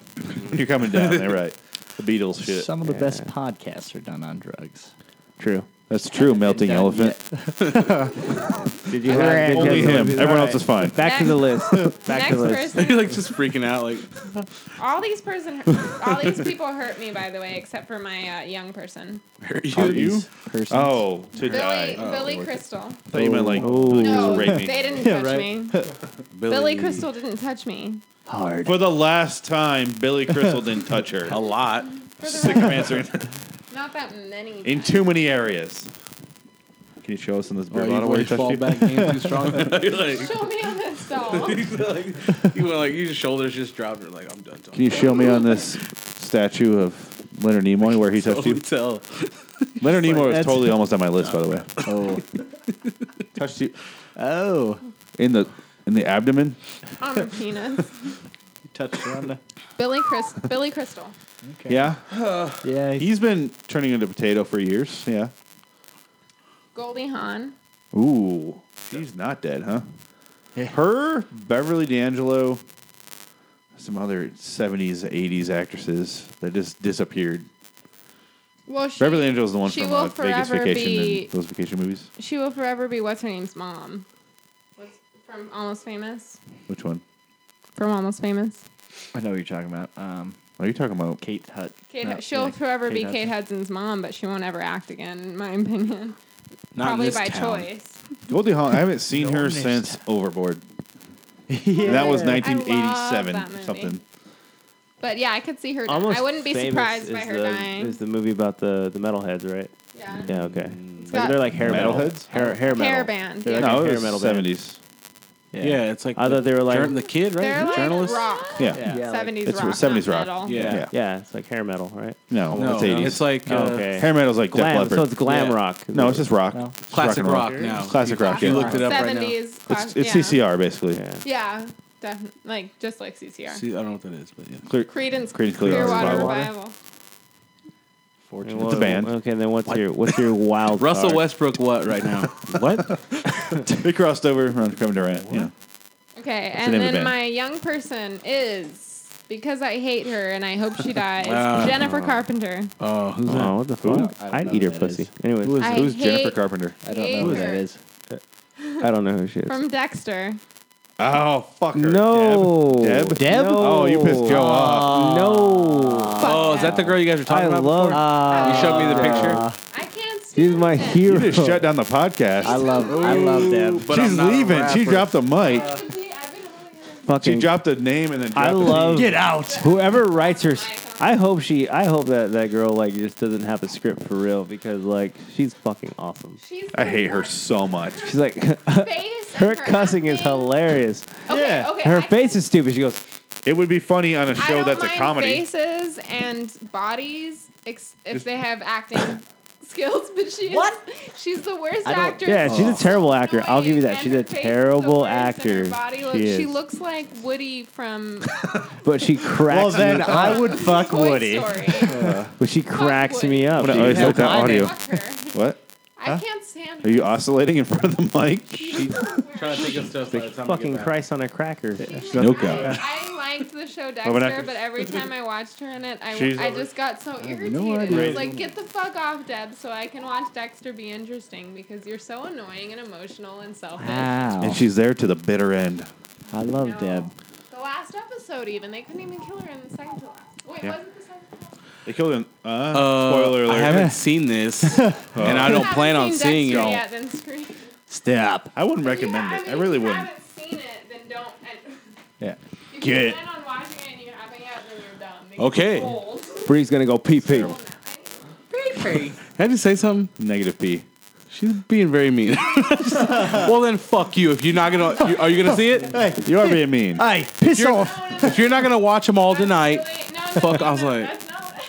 You're coming down. They're right. The Beatles shit.
Some of the best podcasts are done on drugs.
True.
That's true. Melting
Done
elephant.
Did you
have- did you
Only him. Everyone else is fine.
Back to the list. Back
Next
to the list.
person.
You're like just freaking out, like
All these person, all these people hurt me, by the way, except for my uh, young person,
are you?
Are you?
Person.
Oh, to
Billy,
die.
Billy Crystal.
I thought you meant like
Oh.
No,
rape me.
they didn't
Yeah,
touch
right.
me. Billy Crystal didn't touch me.
hard.
for the last time. Billy Crystal didn't touch her.
a lot.
For the
Sick of answering
record, not that many.
in
times.
too many areas. Can you show us in this beer bottle where he touched you?
too strong. You're like,
Show me on this doll.
he's like, you went like your shoulders just dropped. You're like, I'm done talking.
Can you show me on this statue of Leonard Nimoy where he touched you?
Totally tell.
Leonard Nimoy was
that's-
totally almost on my list, by the way.
Oh.
Touched you
Oh.
in the in the abdomen.
on her penis.
You touched on the.
Billy Chris, Billy Crystal.
Yeah,
Yeah. He,
he's been turning into potato for years. Yeah.
Goldie Hawn.
Ooh, she's not dead, huh?
Yeah.
Her, Beverly D'Angelo, some other '70s, '80s actresses that just disappeared.
Well, she,
Beverly D'Angelo's the one
she
from
will
uh, Vegas
forever
Vacation
be-
and those vacation movies.
she will forever be what's her name's mom. What's from Almost Famous?
Which one?
From Almost Famous.
I know what you're talking about. Um,
Are you talking about?
Kate Hut.
Kate,
no,
she'll
yeah,
forever be
Hudson.
Kate Hudson's mom, but she won't ever act again, in my opinion.
Not
Probably
in this
by
town.
choice.
Goldie Hawn. I haven't seen her
understand.
since Overboard. That was
Yeah. I love
1987
that movie.
something.
But yeah, I could see her.
Almost
I wouldn't be
Famous
surprised
is
by her
the,
dying.
Is the movie about the the metalheads, right?
yeah.
Yeah. Okay. Like,
got- Oh.
they're like hair metal.
Metalheads?
Hair hair metal.
Hair band. Yeah.
They're like
No,
a
it
hair
was
metal band.
70s.
Yeah, it's like
I thought they were like-
Jern- the kid, right?
They're
The
like
journalist.
rock.
Yeah.
Yeah. like-
Seventies
It's
rock.
70s rock.
not metal.
Yeah.
Yeah.
Yeah, it's like hair metal, right?
No,
No,
it's 80s.
it's like uh,
Oh, okay.
hair metal's like Def
Glam.
Leppard.
So it's glam
Yeah.
rock.
no, it's just rock.
No.
It's
classic
and
rock, now.
Classic rock.
You
yeah.
looked it up right now.
Seventies.
It's, it's
yeah.
CCR basically.
Yeah.
Yeah, definitely. Like just like CCR.
See, I don't know what that is, but yeah.
Clear-
Credence
Creedence
Clearwater
Clearwater
Revival.
Revival.
It's
a band.
Okay, then what's your what's your wild
Russell
card?
Westbrook, what right now?
Oh,
What?
they crossed over around Kevin Durant. Yeah.
Okay,
the
and
name of
then
the band?
my young person is because I hate her and I hope she dies.
Wow.
Jennifer Carpenter.
Oh, who's that?
Oh, what the fuck?
I don't
I'd
know
eat
who
her
that
pussy.
is.
Anyways,
I
Who's Jennifer
hate-
Carpenter?
I don't know who that is.
I don't know who she is.
From Dexter.
Oh fuck her.
no,
Deb. Deb?
Deb?
No.
Oh, you pissed Joe off.
No,
Fuck
Oh, is
yeah.
that the girl you guys were talking
I
about?
love. uh,
before? you showed me the picture.
Um, I can't
He's my hero.
You just shut down the podcast.
I love I love Deb.
but She's leaving. She dropped the mic. she
Fucking-
dropped the name and then dropped
I
the
love
Get out.
whoever writes her. s- I hope she. I hope that that girl like just doesn't have a script for real because like she's fucking awesome.
She's
I hate her so much.
She's like
face and
her cussing is
acting.
hilarious.
Okay,
Yeah.
okay,
Her
I-
face is stupid. She goes.
It would be funny on a
I
show
don't
that's a
mind
comedy.
Faces and bodies, ex- if they have acting skills, but she is,
What?
She's the worst
I don't-
actor.
Yeah, she's a terrible actor. I'll give you that.
And
She's
her
a
face is the
terrible
worst, and her
actor.
body looks-
She
she
is.
looks like Woody from
But she cracks.
Well then
me,
I would fuck
Toy
Woody.
Story.
but she cracks me up.
I'm gonna
dude.
isolate that
Why
audio.
Fuck her.
What?
I can't stand
Are
her.
you oscillating in front of the mic?
trying to think of stuff. by the time we
Fucking
get back.
Christ on a cracker.
No
I,
go.
I liked the show
we're not
Dexter,
gonna-
but every time I watched her in it, I,
Oh, She's
I
over-
just got so irritated.
idea.
It's like, get the fuck off, Deb, so I can watch Dexter be interesting because you're so annoying and emotional and selfish.
Wow.
And she's there to the bitter end.
I love
No.
Deb.
The last episode, even they couldn't even kill her in the second to last. Wait,
Yeah.
was it the second to last?
They killed him. Uh,
Uh,
spoiler alert.
I haven't seen this, and I
You
don't
haven't
plan on
seen
seeing
Dexter
it.
Yet, then scream.
Stop.
I
If
wouldn't
you
recommend
ha-
it.
mean,
I really
if you
wouldn't.
haven't seen it, then don't. And,
Yeah.
if
Get
you
it.
plan on watching it and you haven't yet, then you're dumb. because
Okay.
you're old.
Bree's gonna go pee pee.
Can I just say something?
Negative P.
She's being very mean. well, then fuck you. If you're not gonna, you, are you gonna see it?
You are being mean.
Hey, piss
Oh,
off.
If you're not gonna watch them all tonight,
Wait, no, no,
Fuck,
no,
I was
no,
like-
that's not what-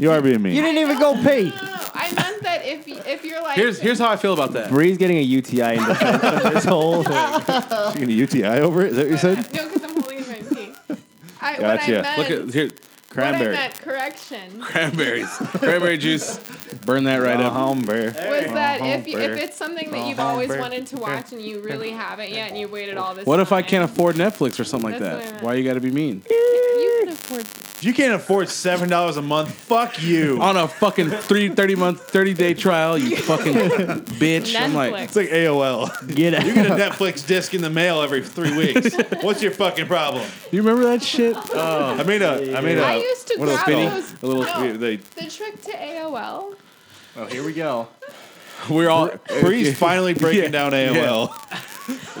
You are being
You
mean.
didn't even go pee.
No, no, no. I meant that if y- if you're like
here's here's how I feel about that.
Bree's getting a UTI in defense of this whole thing.
You gonna UTI over it? Is that what you said?
no, because I'm holding my pee. I,
Gotcha.
What I meant,
Look at here,
what I
Cranberry.
meant, correction.
cranberries, cranberry juice. Burn that right up.
Cranberry.
was that
Oh,
if, you, if
bird.
it's something that you've
Oh,
always
bird.
wanted to watch and you really haven't yet and you waited all this
What if I
time?
can't afford Netflix or something like
That's what I
that?
meant.
Why you gotta be mean?
you can afford
If you can't afford seven dollars a month, fuck you.
On a fucking three, 30 month, 30 day trial, you fucking bitch. I'm like,
It's like AOL.
Get
You
out.
get a Netflix disc in the mail every three weeks. What's your fucking problem?
you remember that shit? Oh,
I made a. I made a.
I used to
what are those
grab
called?
those
A little.
no,
They
the trick to AOL
Oh, here we go.
we're all.
Bree's finally breaking
Yeah.
down AOL.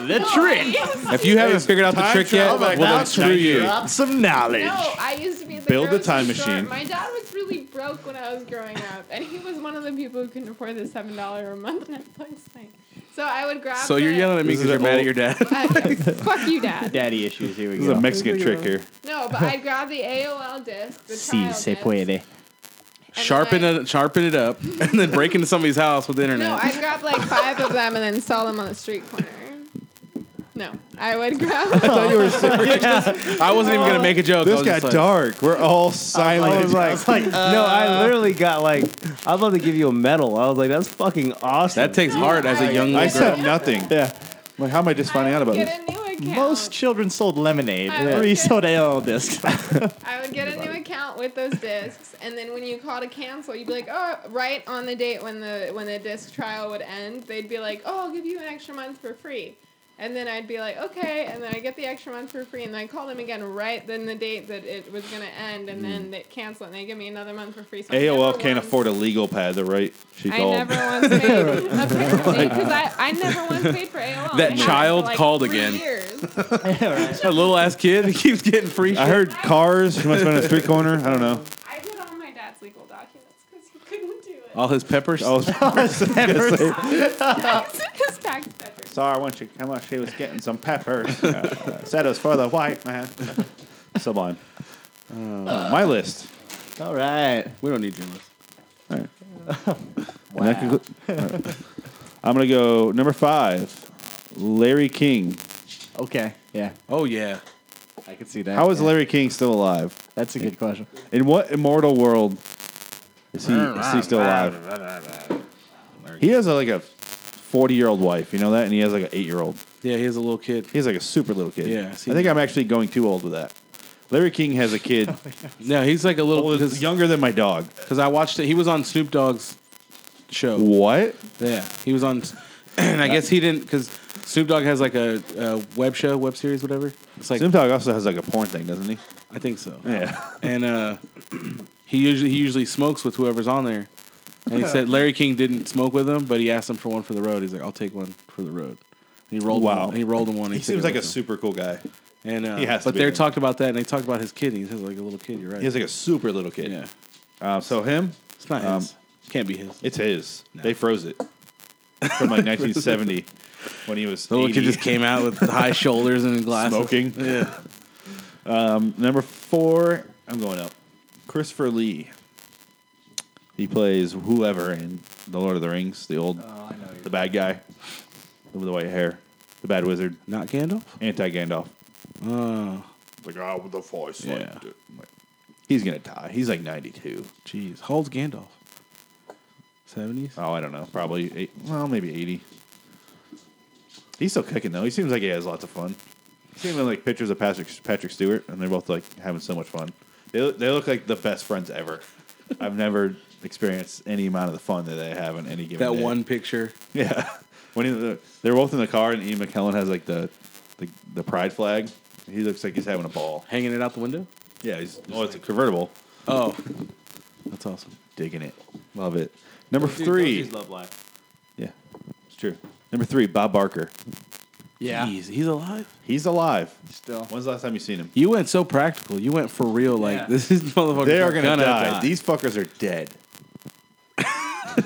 The trick.
If you haven't figured out the
Time
trick yet,
travel
well
back
then
down
screw you.
Drop some knowledge.
No, I used to be at the
Build a
grocery
time
store.
machine.
My dad was really broke when I was growing up, and he was one of the people who couldn't afford the seven dollar a month Netflix thing. So I would grab.
So you're
the-
yelling at me
This
because
is
you're
an
mad at
old-
your dad.
Uh, fuck you, dad.
Daddy issues. Here we
This is a
go.
Mexican trick here.
No, but I'd grab the AOL disc. The
Si
trial
se
disc,
puede.
and
Sharpen
then I-
it, sharpen it up, and then break into somebody's house with the internet.
No, I'd grab like five of them and then sell them on the street corner. No, I would grab.
I wasn't even gonna make a joke. I
This
was
got
just like,
dark. We're all silent.
I was like, no, I literally got like, I'd love to give you a medal. I was like, that's fucking awesome.
That takes heart as a young
I
little girl.
said nothing. Yeah. Like, how am I just finding
I
out
would
about
get
this?
a new account.
Most children sold lemonade.
I would
Three
get-
sold AOL discs.
I would get a new account with those discs, and then when you call to cancel, you'd be like, "Oh, right on the date when the when the disc trial would end, they'd be like, "Oh, I'll give you an extra month for free." And then I'd be like, "Okay," and then I get the extra month for free, and then I call them again right then the date that it was gonna end, and then they cancel it, and they give me another month for free. So I
AOL
never
can't
once-
afford Hmm. a legal pad, though, right? She
I
called.
never once paid apparently because I, I never once paid for AOL.
That
I had it for,
child
like,
called
three
again.
Years.
That little ass kid that keeps getting free.
I
shit.
heard cars. She must have been on a street corner. I don't know.
I did all my dad's legal documents because he couldn't do it.
all his peppers.
Oh,
Uh-huh.
His tax peppers.
sorry, I want you how much she was getting some peppers. Uh, said it was for the white man. Sublime. my list.
All right.
we don't need your list.
And that conclu- all right. I'm gonna go number five, Larry King.
Okay. Yeah.
Oh yeah,
I can see that.
How is
yeah.
Larry King still alive?
That's a good question.
In what immortal world is he, is he still alive? He has a, like a 40 year old wife, you know that? And he has like an 8 year old.
yeah. He has a little kid.
He's like a super little kid.
Yeah, I
I
see
think
that. Oh,
I'm actually going too old with that. Larry King has a kid
No, he's like a little
older, younger than my dog.
because I watched it. He was on Snoop Dogg's show.
What?
Yeah, he was on, and I guess he didn't because Snoop Dogg has like a, a web show, web series, whatever. It's like
Snoop Dogg also has like a porn thing, doesn't he?
I think so.
Yeah.
and uh, he usually he usually smokes with whoever's on there. And he said Larry King didn't smoke with him, but he asked him for one for the road. He's like, I'll take one for the road. And he rolled
Wow.
one. He rolled him one. and
He
took
seems
it
like a
with him.
super cool guy.
And uh,
he has to
but
be
they
there.
talked about that, and they talked about his kid. and He says like a little kid. You're right.
He has like a super little kid.
yeah,
Uh, so him,
it's not
Um,
his. Can't be his.
it's his. They froze it from like 1970 when he was
The little
80,
kid just came out with high shoulders and glasses.
smoking.
Yeah.
Number four, I'm going up. Christopher Lee. He plays whoever in The Lord of the Rings, the old,
Oh, I know.
the bad guy with the white hair, the bad wizard,
Not Gandalf.
anti Gandalf.
Oh,
The guy with the voice.
like-
Yeah. He's going to die. He's like 92.
jeez. How old's Gandalf? Seventies.
Oh, I don't know. Probably, eight, well, maybe 80. He's still kicking, though. He seems like he has lots of fun. He's even like pictures of Patrick, Patrick Stewart, and they're both like having so much fun. They, look- they look like the best friends ever. I've never experienced any amount of the fun that they have in any given
That
day.
one picture.
Yeah. When he, they're both in the car, and Ian McKellen has like the, the, the pride flag. He looks like he's having a ball.
Hanging it out the window?
Yeah, he's, oh, it's a convertible.
Oh, that's awesome.
Digging it. Love it. Number three.
Love life.
Yeah, it's true. Number three, Bob Barker.
Yeah.
Jeez, he's alive.
He's alive.
Still.
When's the last time you seen him?
You went so practical. You went for real. Like
Yeah.
this is motherfucker.
They are gonna, die. These fuckers are dead.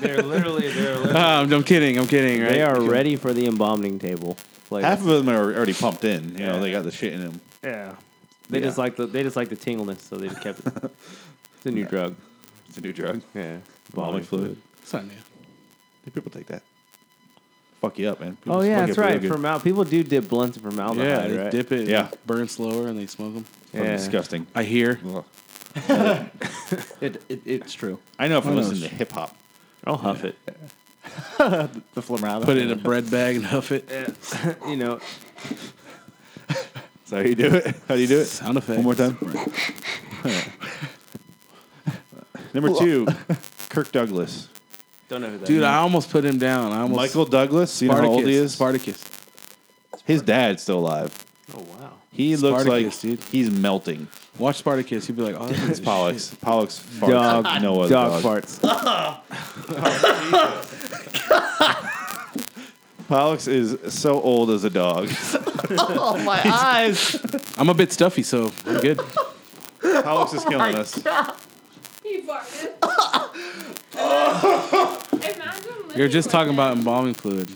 They're literally, they're literally.
Ah, I'm, I'm kidding. I'm kidding. Right?
They are
Okay.
ready for the embalming table. Like
Half of them are already pumped in. You know, they got the shit in them.
yeah, they just like the they just like the tingleness, so they just kept it. It's a new drug.
It's a new drug.
Yeah,
Embalming fluid.
It's not new.
Do people take that? Fuck you up, man. People
Oh yeah,
fuck
that's
you up
right.
real good.
From out, people do dip blunts from out.
Yeah, they
right?
dip it.
Yeah.
Yeah, burn slower and they smoke them.
Fucking
Yeah.
disgusting.
I hear.
Ugh.
It, it, it's true.
I know if I
Oh, no,
listen to
it's-
hip hop.
I'll huff it.
The Flamarada.
Put it in a bread bag and huff it.
you know,
That's how you do it. How do you do it?
Sound effect.
One more time. Number two, Kirk Douglas.
don't know who that
Dude,
is.
I almost put him down. I almost
Michael Douglas. You know how
Spartacus.
old he is?
Spartacus.
His dad's still alive.
Oh wow.
He looks
Spartacus,
like
dude.
he's melting.
Watch Spartacus. You'd be like, oh, that's
It's Pollux. Pollux farts.
Dog,
no other
dog
dog,
farts.
Pollux is so old as a dog.
Oh, my eyes.
I'm a bit stuffy, so I'm good.
Oh
Pollux is killing us.
He farted. Imagine living
You're just
with
talking
him.
about embalming fluid.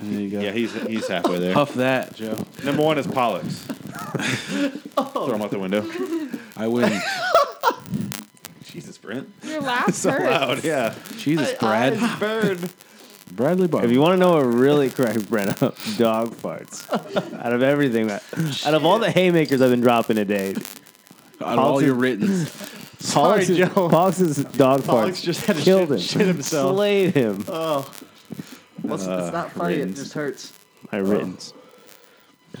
And there you go.
Yeah, he's he's halfway there.
Huff that, Joe.
Number one is Pollux. Throw him out the window.
Oh.
I win.
Jesus, Brent.
your laugh
So
hurts.
loud. Yeah.
Jesus, Brad.
Bird.
Bradley Barber.
if you want to know what really cracked Brent up, dog farts. out of everything, that, out of all the haymakers I've been dropping today,
on all
Pollux-
your written.
Sorry,
Pollux's-
Joe.
Pollux's dog
Pollux
farts
just had to
killed him,
shit- shit himself.
slayed him.
Oh. Listen, it's not funny.
Riddance.
It just hurts.
I written.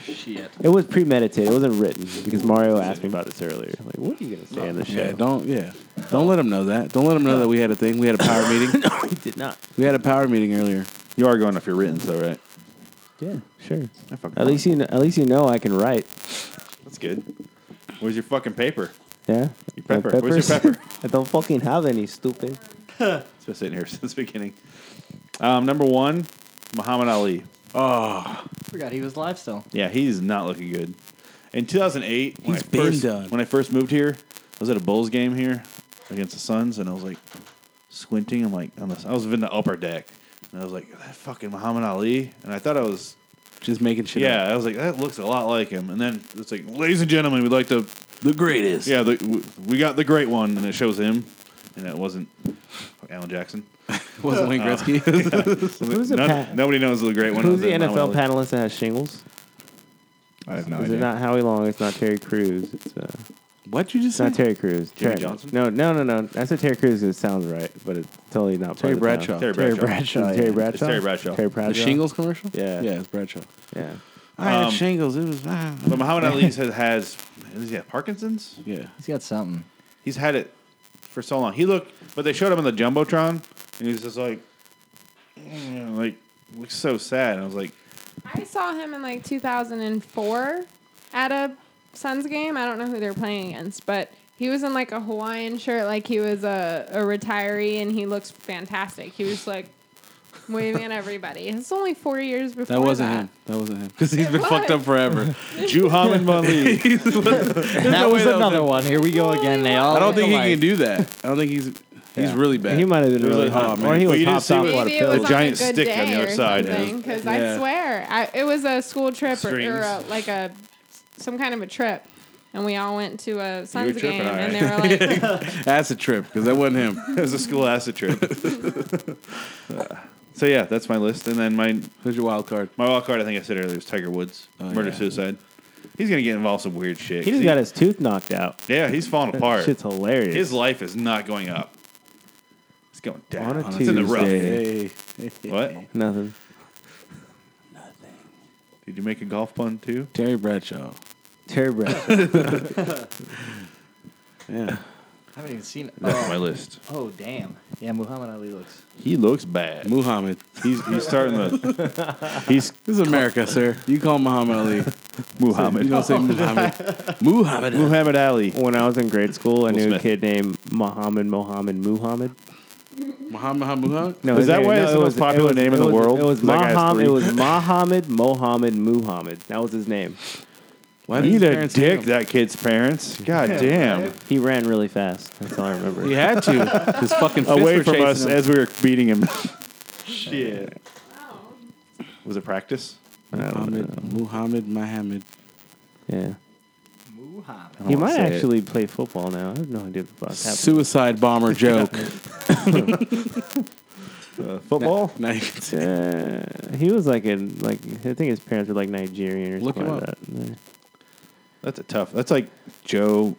Shit.
It was premeditated. It wasn't written because Mario asked me about this earlier. Like, what are you gonna say in the show?
Yeah, don't. Yeah, don't let him know that. Don't let him know that we had a thing. We had a power meeting.
he did not.
We had a power meeting earlier.
You are going off your written, though, right?
Yeah, sure.
I fucking
At least you, know, at least you know I can write.
That's good. Where's your fucking paper?
Yeah.
Your pepper. Where's your pepper?
I don't fucking have any, stupid.
It's been sitting here since the beginning. Um, number one, Muhammad Ali.
Forgot he was live still.
Yeah, he's not looking good. In 2008, when I,
He's been
first,
done.
when I first moved here, I was at a Bulls game here against the Suns, and I was like squinting. I'm like, on the, I was in the upper deck, and I was like, that fucking Muhammad Ali. And I thought I was,
Just making shit.
yeah, I was like, that looks a lot like him. And then it's like, ladies and gentlemen, we'd like to,
the greatest.
yeah, the, w- we got the great one, and it shows him, and it wasn't Alan Jackson.
wasn't Wayne Gretzky.
Who's the,
None-
pa-
nobody knows the great one.
who's the
other than
NFL
Muhammad Ali.
panelist that has shingles?
I have no
Is
idea.
it not Howie Long? It's not Terry Crews. It's, uh,
What'd you just
it's not
say?
Terry Crews.
Jimmy
Terry-
Johnson?
No, no, no, no. I said Terry Crews. It sounds right, but it's totally not.
Terry
part of
Bradshaw.
the town.
Terry
Terry
Bradshaw.
Bradshaw. Terry Bradshaw.
It's Terry Bradshaw.
Terry Bradshaw.
The shingles commercial?
Yeah.
Yeah, it's Bradshaw.
Yeah.
I had
Um,
shingles. It was. ah.
But Muhammad Ali has, has does he have Parkinson's?
yeah.
He's got something.
He's had it for so long. He looked, but they showed him on the jumbotron, and he was just like, mm, like looks so sad. And I was like,
I saw him in like 2004 at a Suns game. I don't know who they're playing against, but He was in like a Hawaiian shirt, like he was a, a retiree, and he looks fantastic. He was like waving at everybody. It's only four years before
That wasn't him. That wasn't him.
because he's been
What?
fucked up forever.
Muhammad Mali.
And that
no
was
way that was
another one. Here we go again. They all.
I don't think he
alike.
can do that. I don't think he's he's really bad.
He might have been
was
really
like,
hot,
oh,
or
man.
he
Well,
was
you didn't
popped
see
off
what-
on
Maybe
a
it was
pill.
The
on
giant
a good
stick
day
on the other
or
side.
Because I
Yeah.
swear, I, it was a school trip or, or a,
Strings.
like a some kind of a trip, and we all went to a Suns
tripping,
game,
all
and they were like,
That's a trip because that wasn't him.
It was a school acid trip. so yeah, that's my list. And then my
Who's your wild card?
my wild card, I think I said earlier, was Tiger Woods, murder suicide. He's gonna get involved in some weird shit.
Oh, He just got his tooth knocked out.
yeah, he's falling apart.
Shit's hilarious.
His life is not going up. It's going down.
on a
it's in the rough.
Tuesday.
What?
Nothing.
Did you make a golf pun too?
Terry Bradshaw.
Terry Bradshaw.
Yeah.
I haven't even seen.
That's
Oh,
my list.
oh damn. Yeah, Muhammad Ali looks.
He looks bad.
Muhammad.
He's he's starting the he's
This is America, sir. You call Muhammad Ali. Um, You
Muhammad
don't say Muhammad. Muhammad.
Muhammad Ali.
when I was in grade school, I
Will
knew a
Smith.
kid named Mohammed Mohammed Muhammad.
Muhammad Muhammad.
No,
Is
his
that
name-
why
no,
it's
it
the
was-
most popular
it was-
name in
it
the
was-
world?
It was
'Cause that guy's
Mohammed. It
three.
was Mohammed Mohammed Muhammad. That was his name.
Why did
Eat
his
a
parents hate
dick,
him?
that kid's parents. God damn.
He ran really fast. That's all I remember.
He had to. His fucking fists
Away
were
from
chasing
us
him.
as we were beating him. Shit.
"Oh,
Was it practice?
I don't know.
Muhammad, Muhammad, Muhammad.
Yeah.
Muhammad.
He might
say it.
actually play football now. I have no idea what the fuck happened.
Suicide bomber joke.
Uh, football?
now you can say.
Uh, he was like in like I think his parents were like Nigerian or
Look
something
him
like
up.
that. Yeah.
That's a tough. That's like Joe,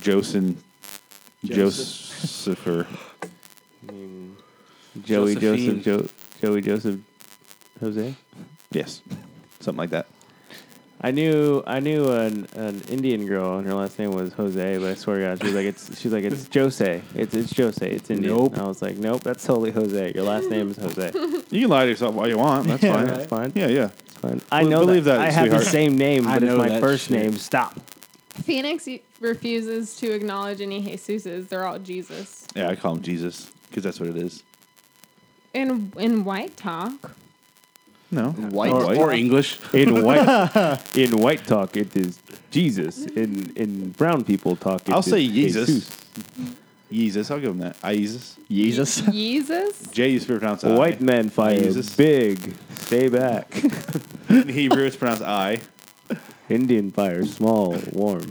Josin, Josepher.
Joey
Josephine.
Joseph jo- Joey Joseph Jose.
Yes. Something like that.
I knew I knew an, an Indian girl and her last name was Jose, but I swear to God, she's like it's she's like it's Jose. It's it's Jose. It's Indian.
Nope.
And I was like, nope, that's totally Jose. Your last name is Jose.
You can lie to yourself all you want. That's
Yeah,
fine.
that's fine.
Yeah, yeah.
Fine. I know
believe that,
I have the
sweetheart.
same name,
I
but it's
know
my
that
first
shit.
name. Stop.
Phoenix refuses to acknowledge any Jesuses. They're all Jesus.
Yeah, I call him Jesus because that's what it is.
In in white talk,
No.
White.
Or, or English.
In white in white talk, it is Jesus. In in brown people talk, it
I'll
is
say Jesus.
Jesus.
Jesus. I'll give him that. Jesus.
Jesus.
Jesus.
J is pronounced I.
White men fire
Uh, Jesus.
big. Stay back.
In Hebrew, it's pronounced I.
Indian fire small, warm.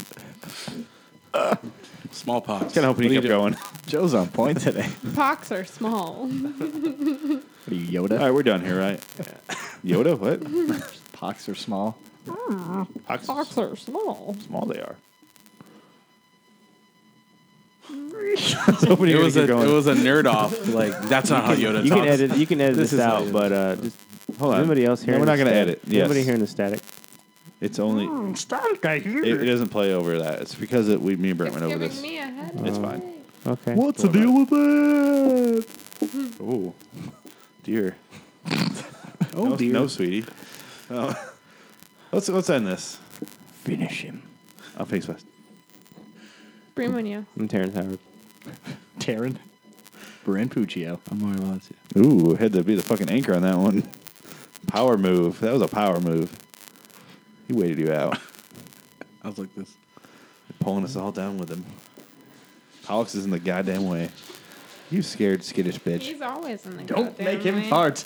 Smallpox.
Kind of hoping you kept going.
Joe's on point today.
Pox are small.
Are you
All
Yoda?
right, we're done here, right? Yoda, what?
Pox are small.
How
Pox are small.
small they are.
It was, a, it was a nerd off. Like, that's not how Yoda
You
talks.
can edit. You can edit this,
is
out,
how-
but uh, just
Hold on.
anybody else here.
No, we're not going to edit. Yes.
Anybody hearing the static?
It's only.
Hmm,
It, it doesn't play over that. It's because it, we, me and Brent
It's
went over
giving
this.
me a headache.
It's fine.
Okay.
What's the deal with that? Oh, dear.
oh,
no,
dear.
no, sweetie. Oh. let's let's end this.
Finish him.
I'll face West.
Bremonia.
I'm Terrence Howard.
Taryn. Bryn Puccio.
I'm more about you.
Ooh, had to be the fucking anchor on that one. Power move. That was a power move. He waited you out,
I was like this.
pulling us all down with him. Alex is in the goddamn way. You scared, skittish bitch.
He's always in the
Don't
goddamn
make him
way.
fart.